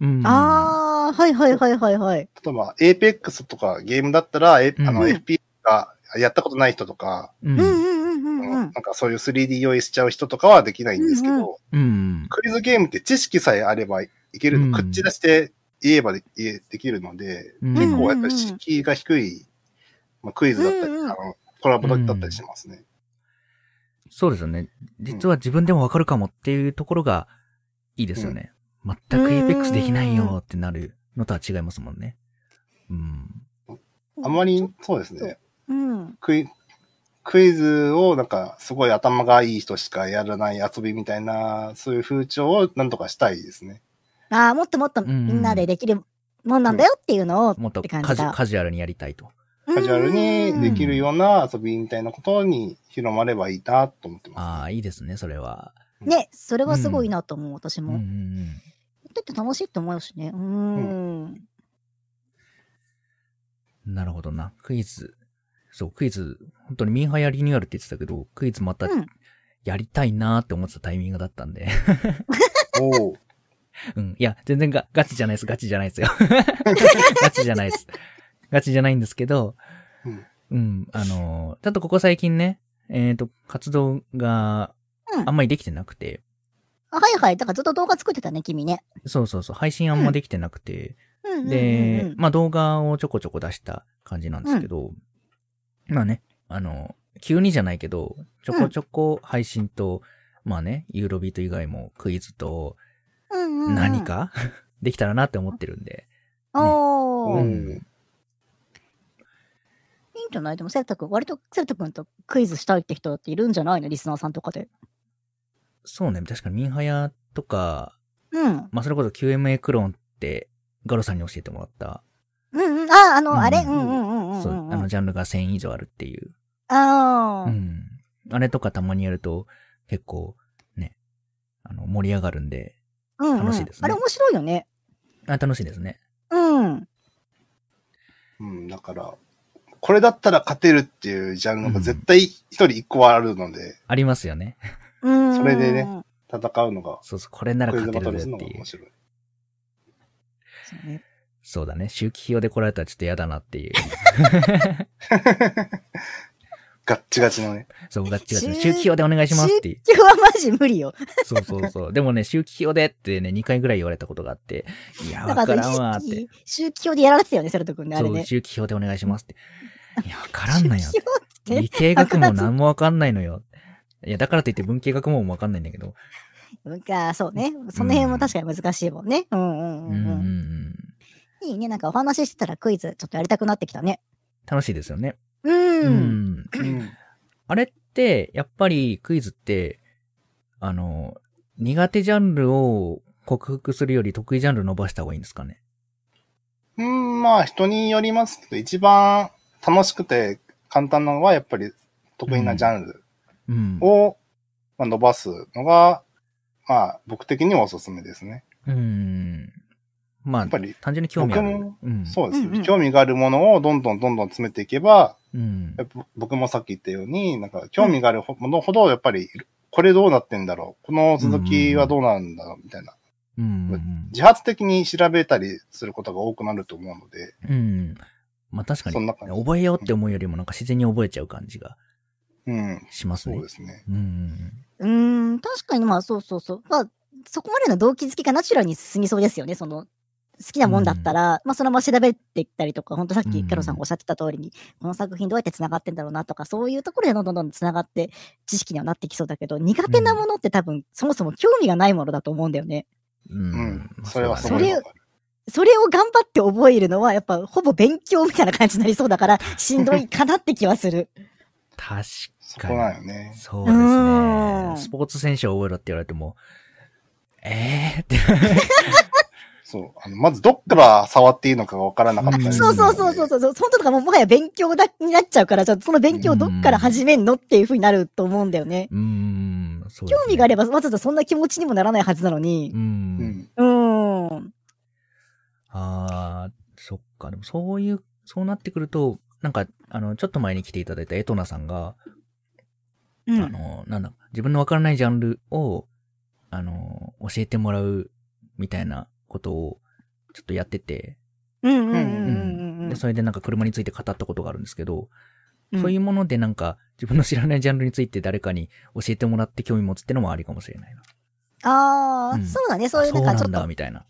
A: うん
B: あー、はいはいはいはいはい。
C: 例えば、APEX とかゲームだったら、えあ
A: う
C: の、
A: ん
C: FP がやったことない人とか、
A: う。
B: うんうんんうんうんう
C: なん
B: ん。
C: かそういう 3D 用意しちゃう人とかはできないんですけど、
B: うんう
A: うん。
C: クイズゲームって知識さえあればいけるの、
A: うん
C: 口出して言えばで言えできるので、
A: うん
C: 結構やっぱり敷居が低い、まあ、クイズだったり、
B: うんうん
C: あのコラボだったりしますね。
A: そうですよね。実は自分でもわかるかもっていうところがいいですよね。全く
B: うん
A: APEX できないよってなるのとは違いますもんね。うん。
C: あんまり、そうですね。
B: うん。
C: クイクイズをなんかすごい頭がいい人しかやらない遊びみたいな、そういう風潮をなんとかしたいですね。
B: あー、もっともっとみんなでできるもんなんだよっていうのを、
A: もっと
B: って感
A: カ
B: じ
A: ジ
B: だ。
A: カジュアルにやりたいと。
C: カジュアル
B: うん
C: に
B: うんう
C: で
B: ん
C: きるような遊びみたいなことに広まればいいなと思ってます。
A: ああ、いいですね、それは。
B: ね、それはすごいなと思う、私
A: うんうん
B: も。
A: うん。
B: だって楽しいと思うしね。うーん。
A: なるほどな。クイズ。そう、クイズ、本当にミンハイやリニューアルって言ってたけど、クイズまた
B: うん
A: やりたいなーって思ってたタイミングだったんで。
C: おう
A: うん。いや、全然がガチじゃないです、ガチじゃないですよ。 ガチじゃないです。ガチじゃないんですけど、
C: う
A: う
C: ん
A: ん、あのー、ちょっとここ最近ね、えっ、と、活動が
B: うん
A: あんまりできてなくて、
B: あはいはい。だからずっと動画作ってたね、君ね。
A: そうそうそう、配信あんまできてなくて、
B: うんうんうん
A: で、
B: うん。
A: まあ動画をちょこちょこ出した感じなんですけど、まあね、あの、急にじゃないけど、ちょこちょこ配信と、まあね、ユーロビート以外もクイズと
B: うんうんうん
A: 何。か、 できたらなって思ってるんで。
B: お
C: う
B: ー。
C: ん
B: いいんじゃないでも、セルト君、割とセルト君とクイズしたいって人だっているんじゃないのリスナーさんとかで。
A: そうね、確かにミンハヤとか、
B: うん。
A: まあそれこそ QMA クローンってガロさんに教えてもらった、
B: うんうん。あ、あの、
A: うん
B: あれうんうんうんうん。
A: そうあの
B: ん
A: ジャンルが1000以上あるっていう。
B: あ
A: う
B: ー。
A: ん。あれとかたまにやると結構ね、あの盛り上がるんで、
B: うんうん
A: 楽しいですね
B: あれ面白いよね。
A: あ楽しいですね。
B: うん。
C: うん、だから、これだったら勝てるっていうジャンルが絶対一人一個はあるので、
A: ありますよね。
B: うん。
C: それでね。戦うのが、
A: そうそう、これなら
C: クイズ
A: 勝て
C: バト
A: る
C: ルす
A: ぜっ
C: るの
A: て
C: が
A: いう
C: 面。白い。
A: そうだね。周期表で来られたらちょっと嫌だなって いう。
C: ガッチガチのね。
A: そう、ガッチガチの。
B: 周
A: 周期表でお願いしますっていう。
B: 今日はマジ無理よ。
A: そうそうそう。でもね、周期表でってね、2回ぐらい言われたことがあって、いや、
B: だ
A: わ
B: か
A: かららんわーっ
B: 一
A: て
B: 時。期周期表でやられてたよね、セルト君ね、あ
A: そ
B: れ
A: う、
B: ね。
A: 周期表でお願いしますって。いや、わからんのよ
B: 周。期表って
A: 理系学も何もわかんないのよ。いや、だからといって文系学問もわかんないんだけど。
B: うんか、そうね。その辺も確かに難しいもんね。うんうん
A: うんうん
B: うんうん。
A: うん。
B: いいね。なんかお話ししてたらクイズちょっとやりたくなってきたね。
A: 楽しいですよね。
B: う。
A: うんん。
C: うん。
A: あれって、やっぱりクイズって、あの、苦手ジャンルを克服するより得意ジャンル伸ばした方がいいんですかね。
C: うん、まあ人によりますけど、一番楽しくて簡単なのはやっぱり得意なジャンル
A: うん。
C: を、まあ、伸ばすのが、まあ僕的にはおすすめですね。
A: うん。ま
C: や
A: あ
C: っ、ぱり
A: 単純に興味ある
C: 僕も。
A: うん。
C: そうですね、
B: うんうん
C: 興味があるものをどんどんどんどん詰めていけば、
A: うん
C: や。っぱ僕もさっき言ったように、なんか興味があるほものほどやっぱり、これどうなってんだろうこの続きはどうなんだろうみたいな。
A: うん。
C: 自発的に調べたりすることが多くなると思うので、
A: うん。まあ確か
C: そん
A: に、
C: な感じ
A: 覚えようって思うよりもなんか自然に覚えちゃう感じが
C: うん、
A: します
C: そ
A: ね。
C: うですね。
A: うんうん
B: うん。確かに、まあそうそうそう。まあ、そこまでの動機づきがナチュラルに進みそうですよね。その、好きなもんだったら、まあそのまま調べていったりとか、本当さっ
A: う
B: き
A: ん
B: キャロさんがおっしゃってた通りに、この作品どうやって繋がってんだろうなとか、そういうところでどんどんどんどん繋がって知識にはなってきそうだけど、苦手なものって多分、そもそも興味がないものだと思うんだよね。
A: う。
C: うんん、
A: まあ
C: それはす
A: う
C: ご
A: だね
B: そ
C: い
B: れ
C: わかる。
B: それを頑張って覚えるのは、やっぱほぼ勉強みたいな感じになりそうだから、しんどいかなって気はする。
A: 確
C: そこ
A: か
C: なんよ
A: に。
C: ね。
A: そうです
B: う
A: ね。
B: ん
A: スポーツ選手を覚えろって言われても、えーって。
C: そう。あのまずどっから触っていいのかがわからなかったり
A: うん
C: す
B: そ
C: る
B: うそうそうそう
C: ので
B: そうそう。本当とかもうもはや勉強だになっちゃうから、ちょっとその勉強をどっから始めんのっていうふうになると思うんだよね。
A: うーん。そうですね
B: 興味があれば、わざわざそんな気持ちにもならないはずなのに
A: う。。
C: うんん。
B: うーん。
A: ああ、そっか。でもそういう、そうなってくると、なんか、あの、ちょっと前に来ていただいたエトナさんが、あ
B: うん。
A: の、なんだ、自分のわからないジャンルを、あの、教えてもらうみたいなことを、ちょっとやってて、
B: うんうんうん
C: う
B: うんうん
A: で、それでなんか車について語ったことがあるんですけど、
B: うん。
A: そういうものでなんか、自分の知らないジャンルについて誰かに教えてもらって興味持つってのもありかもしれないな。
B: あ
A: うん
B: あ、そうだね。そういう
A: あ
B: なんかちょ
A: ん
B: っと
A: だ、みたいな。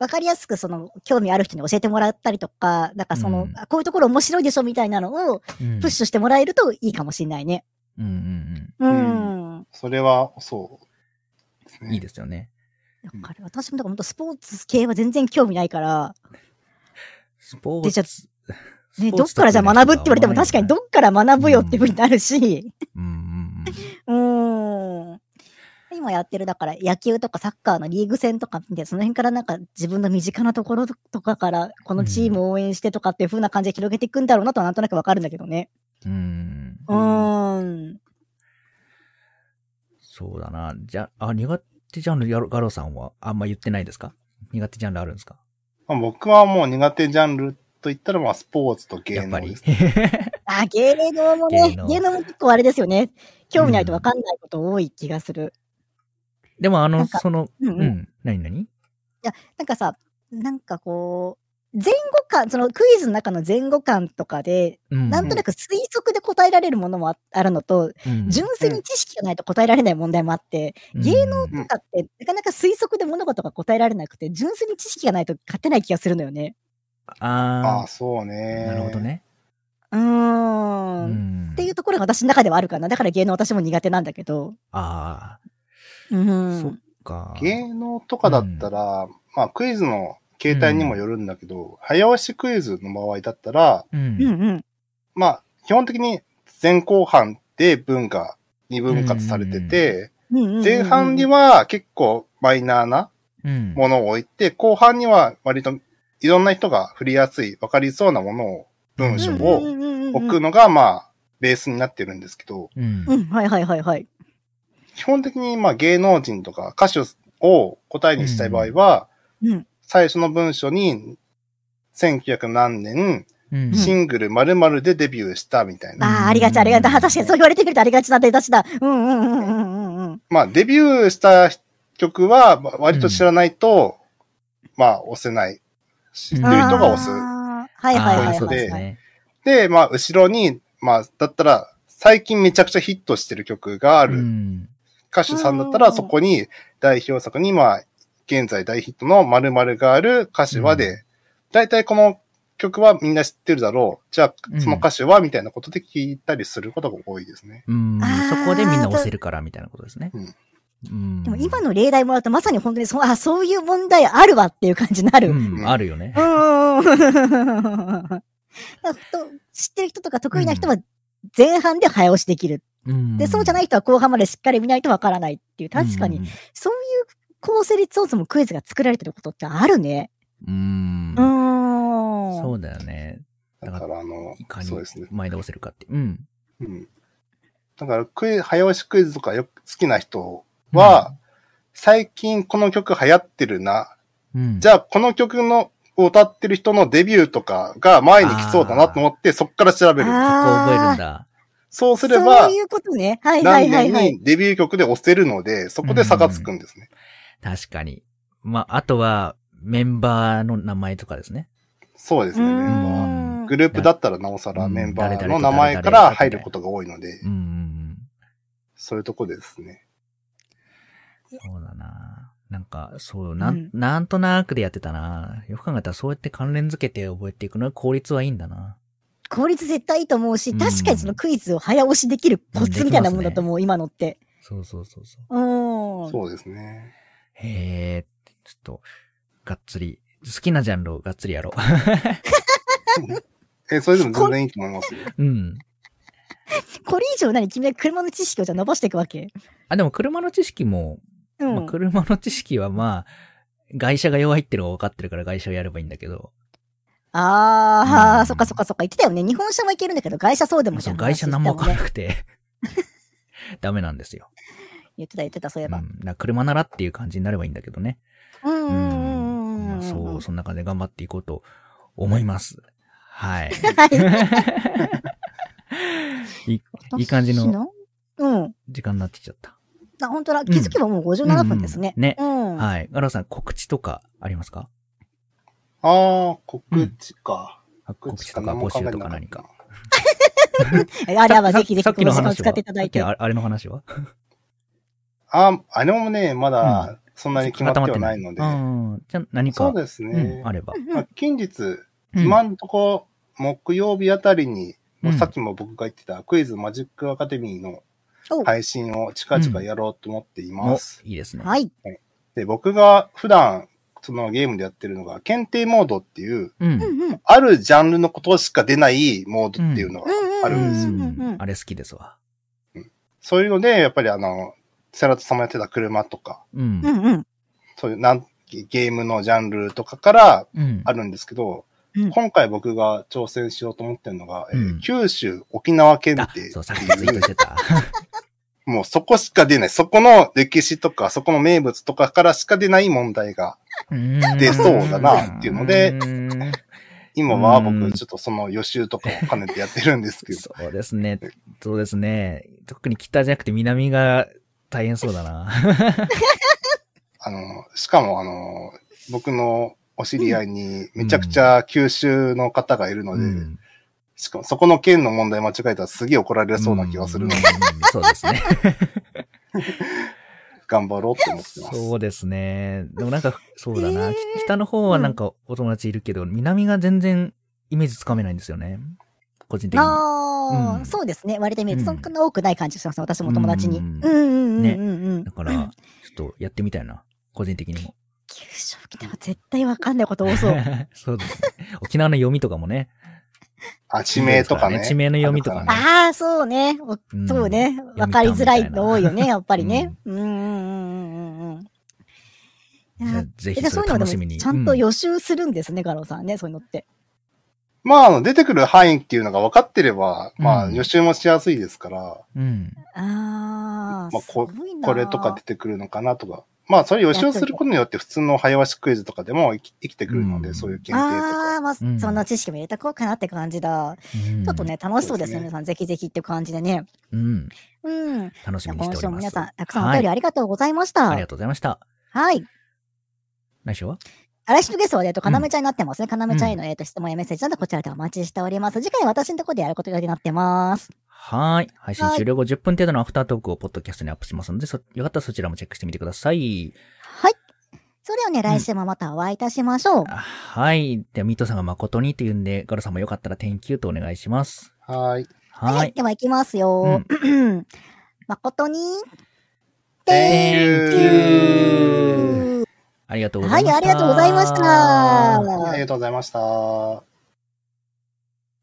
B: わかりやすくその興味ある人に教えてもらったりとか、なんかその、
A: うん
B: あこういうところ面白いでしょみたいなのを
A: うん
B: プッシュしてもらえるといいかもしれないね。
A: うんうん
B: うん。
C: それは、そうです
A: うん。いい
C: ね。
A: ですよね。
B: わかる。私もだから本当スポーツ系は全然興味ないから、
A: スポ
B: でじゃ
A: ー
B: あ
A: ツ。
B: ね、
A: スポ
B: ど
A: ー
B: っ
A: ツ
B: からじゃあ学ぶって言われても
A: 得意な
B: 確
A: 人
B: か
A: は合わないよね
B: にどっから学ぶよっていうふうになるし、
A: うんうんうん。
B: うーん。今やってる、だから野球とかサッカーのリーグ戦とか見て、その辺からなんか自分の身近なところとかから、このチームを応援してとかっていう風な感じで広げていくんだろうなとはなんとなくわかるんだけどね。
A: うん。
B: うーん。
A: そうだな。じゃ、あ、苦手ジャンルやろ、ガロさんはあんま言ってないですか苦手ジャンルあるんですか
C: まあ、僕はもう苦手ジャンルと言ったら、まあ、スポーツと芸
A: やっぱ
C: 能
A: り
C: で。す。
B: あ、芸能もね
A: 芸、能
B: 芸能も結構あれですよね。興味ないとわかんないこと多い気がする。
A: でもあ
B: な
A: の、
B: んか
A: その、
B: うん、うん
A: う。ん。何何
B: なんかさ、なんかこう、前後感、そのクイズの中の前後感とかで、
A: うん。
B: なんとなく推測で答えられるものもああるのと、
A: うん、
B: 純粋に知識がないと答えられない問題もあって、芸能
A: うん
B: とかってなかなか推測で物事が答えられなくて、純粋に知識がないと勝てない気がするのよね。
C: あ
A: あ
C: あ、そう
A: あ、
C: ね。
A: なるほど。ね。
B: うーん。
A: ん
B: っていうところが私の中ではあるかな。だから芸能私も苦手なんだけど。
A: あ
B: う
A: あ、
B: ん。
A: そっか。
C: 芸能とかだったら、まあ、クイズの形態にもよるんだけど、早押しクイズの場合だったら、
A: う
B: うん
A: ん。
B: うん。
C: まあ、基本的に前後半で文化、二分割されてて、
B: うんうんうんうん
C: 前半に、は結構マイナーな
A: うん。
C: ものを置いて、後半には割といろんな人が振りやすい、わかりそうなものを、文章を置く
B: の。
C: のが、まあ、ベースになってるんですけど、
A: うん
B: う。ん、はいはいはいはい。
C: 基本的に、まあ、芸能人とか歌手を答えにしたい場合は、
B: うん。
C: 最初の文章に、1900何年、
A: うん。
C: シングル〇〇でデビューしたみたい
B: あ
C: な。
B: あ、ありがち、ありがち。あ確かにそう言われてみるとありがちな出だしだ。うんうんうんうんうんうん。
C: まあ、デビューした曲は、まあ割と知らないと、まあ、押せない。知って
A: とい
C: る
A: う
C: 人が押す。
B: あーはいはいは
A: あ
B: いは
A: ー
B: い。
A: そうですね。
C: で、まあ、後ろに、まあ、だったら、最近めちゃくちゃヒットしてる曲があ
A: う
C: る
A: ん。
C: 歌手さんだった
B: う
C: ら、
B: ん
C: そこに代表作に、まあ、現在大ヒットの〇〇がある歌手はで、だいたいこの曲はみんな知ってるだろう。じゃ
A: う
C: あ、
A: ん
C: その歌手はみたいなことで聞いたりすることが多いですね。
A: うん
B: あー
A: そこでみんな押せるからみたいなことですね。
C: うん
A: うん。
B: でも今の例題もらうとまさに本当にそう、あ、そういう問題あるわっていう感じになる。うん。
A: うん、あるよね。、
B: うんうん。知ってる人とか得意な人は前半で早押しできる。で、そうじゃないい人は後半までしっかり見ないとわからないっていう、確かに、そういう構成でそもそもクイズが作られてることってあるね。
A: うん。
B: う
A: うん。
B: ん。
A: そうだよね。
C: だから、あの
A: いか、に
C: そうですね。
A: 前で押せるかって。うん。
C: うん。だから、クイズ、早押しクイズとかよく好きな人は、最近この曲流行ってるな。
A: うん、
C: じゃあ、この曲の、を歌ってる人のデビューとかが前に来そうだなと思って、そっから調べる。
A: ここ覚えるん
B: だ。
A: だ。
C: そうすれば
B: そう、いうことね。はいは
C: 何
B: いはい
C: 年
B: はい。
C: にデビュー曲で押せるので、そこで差がつくんですね。
A: 確かに。まあ、あとは、メンバーの名前とかですね。
C: そうですね、メン
A: う
C: バ
A: ー
C: ー。グループだったらなおさら
A: うん
C: メンバー
A: 誰々
C: の
A: と
C: 名前か
A: 誰々
C: ら
A: と
C: 入ることが多いので
A: う、んうん
C: そういうとこですね。
A: うん。そうだな。なんか、そう、な
B: うん
A: ん、なんとなくでやってたな。よく考えたら、そうやって関連付けて覚えていくのは効率はいいんだな。
B: 効率絶対いいと思うし、
A: うん
B: 確かにそのクイズを早押しできるコツみたいなもんだと思う、今のって。
A: そうそうそうそう。
B: うん。
C: そうですね。
A: へえ、ちょっと、がっつり、好きなジャンルをがっつりやろ
C: え、それでも全然いいと思いますよ。
A: う。うん。
B: これ以上何君は車の知識をじゃあ伸ばしていくわけ
A: あ、でも車の知識も、
B: うん。
A: まあ、車の知識はまあ、外車が弱いってのが分かってるから外車をやればいいんだけど、
B: あー、
A: うん
B: そっかそっかそっか。言ってたよね。日本車はいけるんだけど、外車そうでも
A: そう外車何も分か
B: な
A: ら
B: い。
A: なくて、 ダメなんですよ。
B: 言ってた言ってた、そういえ
A: うん、だ
B: ば
A: か。ら車ならっていう感じになればいいんだけどね。
B: うん
A: う
B: うんうんうん
A: まあ、
B: うん。
A: そう、そんな感じで頑張っていこうと思います。 はい。
B: はい
A: いいい感じの。
B: うん。
A: 時間になってきちゃった。
B: あ、本当だ。気づけばもう57分ですね。
A: うんうんね
B: うん。
A: はい。ガラさん、告知とかありますか
C: ああ、告知か。
A: あ告知と
C: な
A: か
C: んも
A: 募
C: 考え
A: 集
C: て
A: とか
C: なった
A: 何か。
B: あれはぜひぜひ、
A: さっ
B: こ
A: きの
B: の時間を
A: 話
B: 使
A: は
B: っていただいて。
A: さっきああれの話は
C: あ、あれもね、まだそんなに決まって
A: 固
C: はないので。
A: うんじゃあ何か。
C: そうですね
A: うん、。あれば。
B: うんう
C: ま
B: ん
C: あ、近日、
A: うん
C: 今のとこ、木曜日あたりに、もう
A: うん
C: さっきも僕が言ってたクイズマジックアカデミーの
B: お
C: 配信を近々やろうと思っていま
A: お
C: す。
A: いいですね。
B: はい。
C: で、僕が普段、そのゲームでやってるのが、検定モードっていう、
A: うん。
B: うんうん。
C: あるジャンルのことしか出ないモードっていうのが、あるんです
A: う
C: よ
B: うんうんうん
A: ん
B: うん
A: あれ好きですわ。
C: そういうので、やっぱりあの、セラトさんもやってた車とか、
A: うん
B: う。んうん。
C: そういうなんゲームのジャンルとかから
A: うん。
C: あるんですけど、
B: うん
C: 今回僕が挑戦しようと思ってるのが、えー
A: うん
C: 九州、沖縄県
A: あ
C: ってい、う
A: そう、さっきツイートしてた。
C: もうそこしか出ない、そこの歴史とか、そこの名物とかからしか出ない問題が、
A: 出
C: そうだなっていうので今は僕ちょっとその予習とかを兼ねてやってるんですけど、
A: そうですね。そうですね。特に北じゃなくて南が大変そうだな。
C: あの、しかもあの、僕のお知り合いにめちゃくちゃ九州の方がいるので、
A: うん
C: しかもそこの県の問題間違えたらすげえ怒られそうな気がするので
A: うん、そうですね。
C: 頑張ろうって思ってます。
A: そうですね。でもなんか、そうだ
B: え
A: な
B: ー。
A: 北の方はなんかお友達いるけど、南が全然イメージつかめないんですよね。個人的に。
B: ああ、
A: うん
B: そうですね。割れてみると、
A: う
B: そ
A: ん
B: んな多くない感じします。私も友達に。う
A: うんん
B: うんうんうんうん。
A: だから、ちょっとやってみたいな。個人的にも。
B: 九州沖縄絶対わかんないこと多そう。
A: そうですね。沖縄の読みとかもね。
C: あ、地名とか
A: いいで
C: ね。
A: すら地名の読みとかね
B: ああ、そうね。お
A: うん
B: そうね。わかりづらいの多いよね、やっぱり ね。うんうんうんうんうんうん。い
A: じゃ
B: や
A: あぜ
B: え
A: ひ
B: じゃあ
A: そ
B: そうい
A: れ
B: うの
A: 楽
B: で
A: しみ
B: も
A: に。
B: ちゃんと
A: うん
B: 予習するんですね、ガロさんね、そういうのって。
C: まあ、あの、出てくる範囲っていうのが分かってれば、まあ、
A: うん
C: 予習もしやすいですから、
A: うん。
B: ああ、
C: まあこ
B: すごいな
C: これとか出てくるのかなとか、まあ、それ予習することによって普通の早押しクイズとかでも生き生きてくるので、
A: うん
C: そういう検定とか。
B: ああ、まあ、そ
A: うん
B: んな知識も入れてこうかなって感じだ。
A: うん
B: ちょっと。ね、楽しそうですね、
C: そうですね
B: 皆さん。ぜひぜひって感じでね。
A: うん。
B: うん。
A: 楽
B: じ
A: し
B: ゃあ
A: みに
B: 今
A: しており
B: 週も
A: ます。
B: 皆さん、たくさんお便り
A: はい
B: ありがとうございました。
A: ありがとうございました。
B: はい。
A: 来週は
B: 来週のゲストは、えっと、かなめちゃんになってますね。かなめちゃんへ
A: う
B: の、えっと、質問やメッセージなど、こちらでお待ちしております。次回私のところでやることになってます。
A: はーい。配信
B: はい
A: 終了後10分程度のアフタートークをポッドキャストにアップしますので、そよかったらそちらもチェックしてみてください。
B: はい。それではね、来週もまたお会いいたしましょう。
A: はい。では、ミートさんが誠にって言うんで、ガロさんもよかったら Thank you とお願いします。
C: はい。
A: は
B: はいい。。では、行きますよ。誠に、
C: Thank
A: you. ありがとうござ
B: はいい、
A: ました。
B: ありがとうございました。
C: ありがとうございました。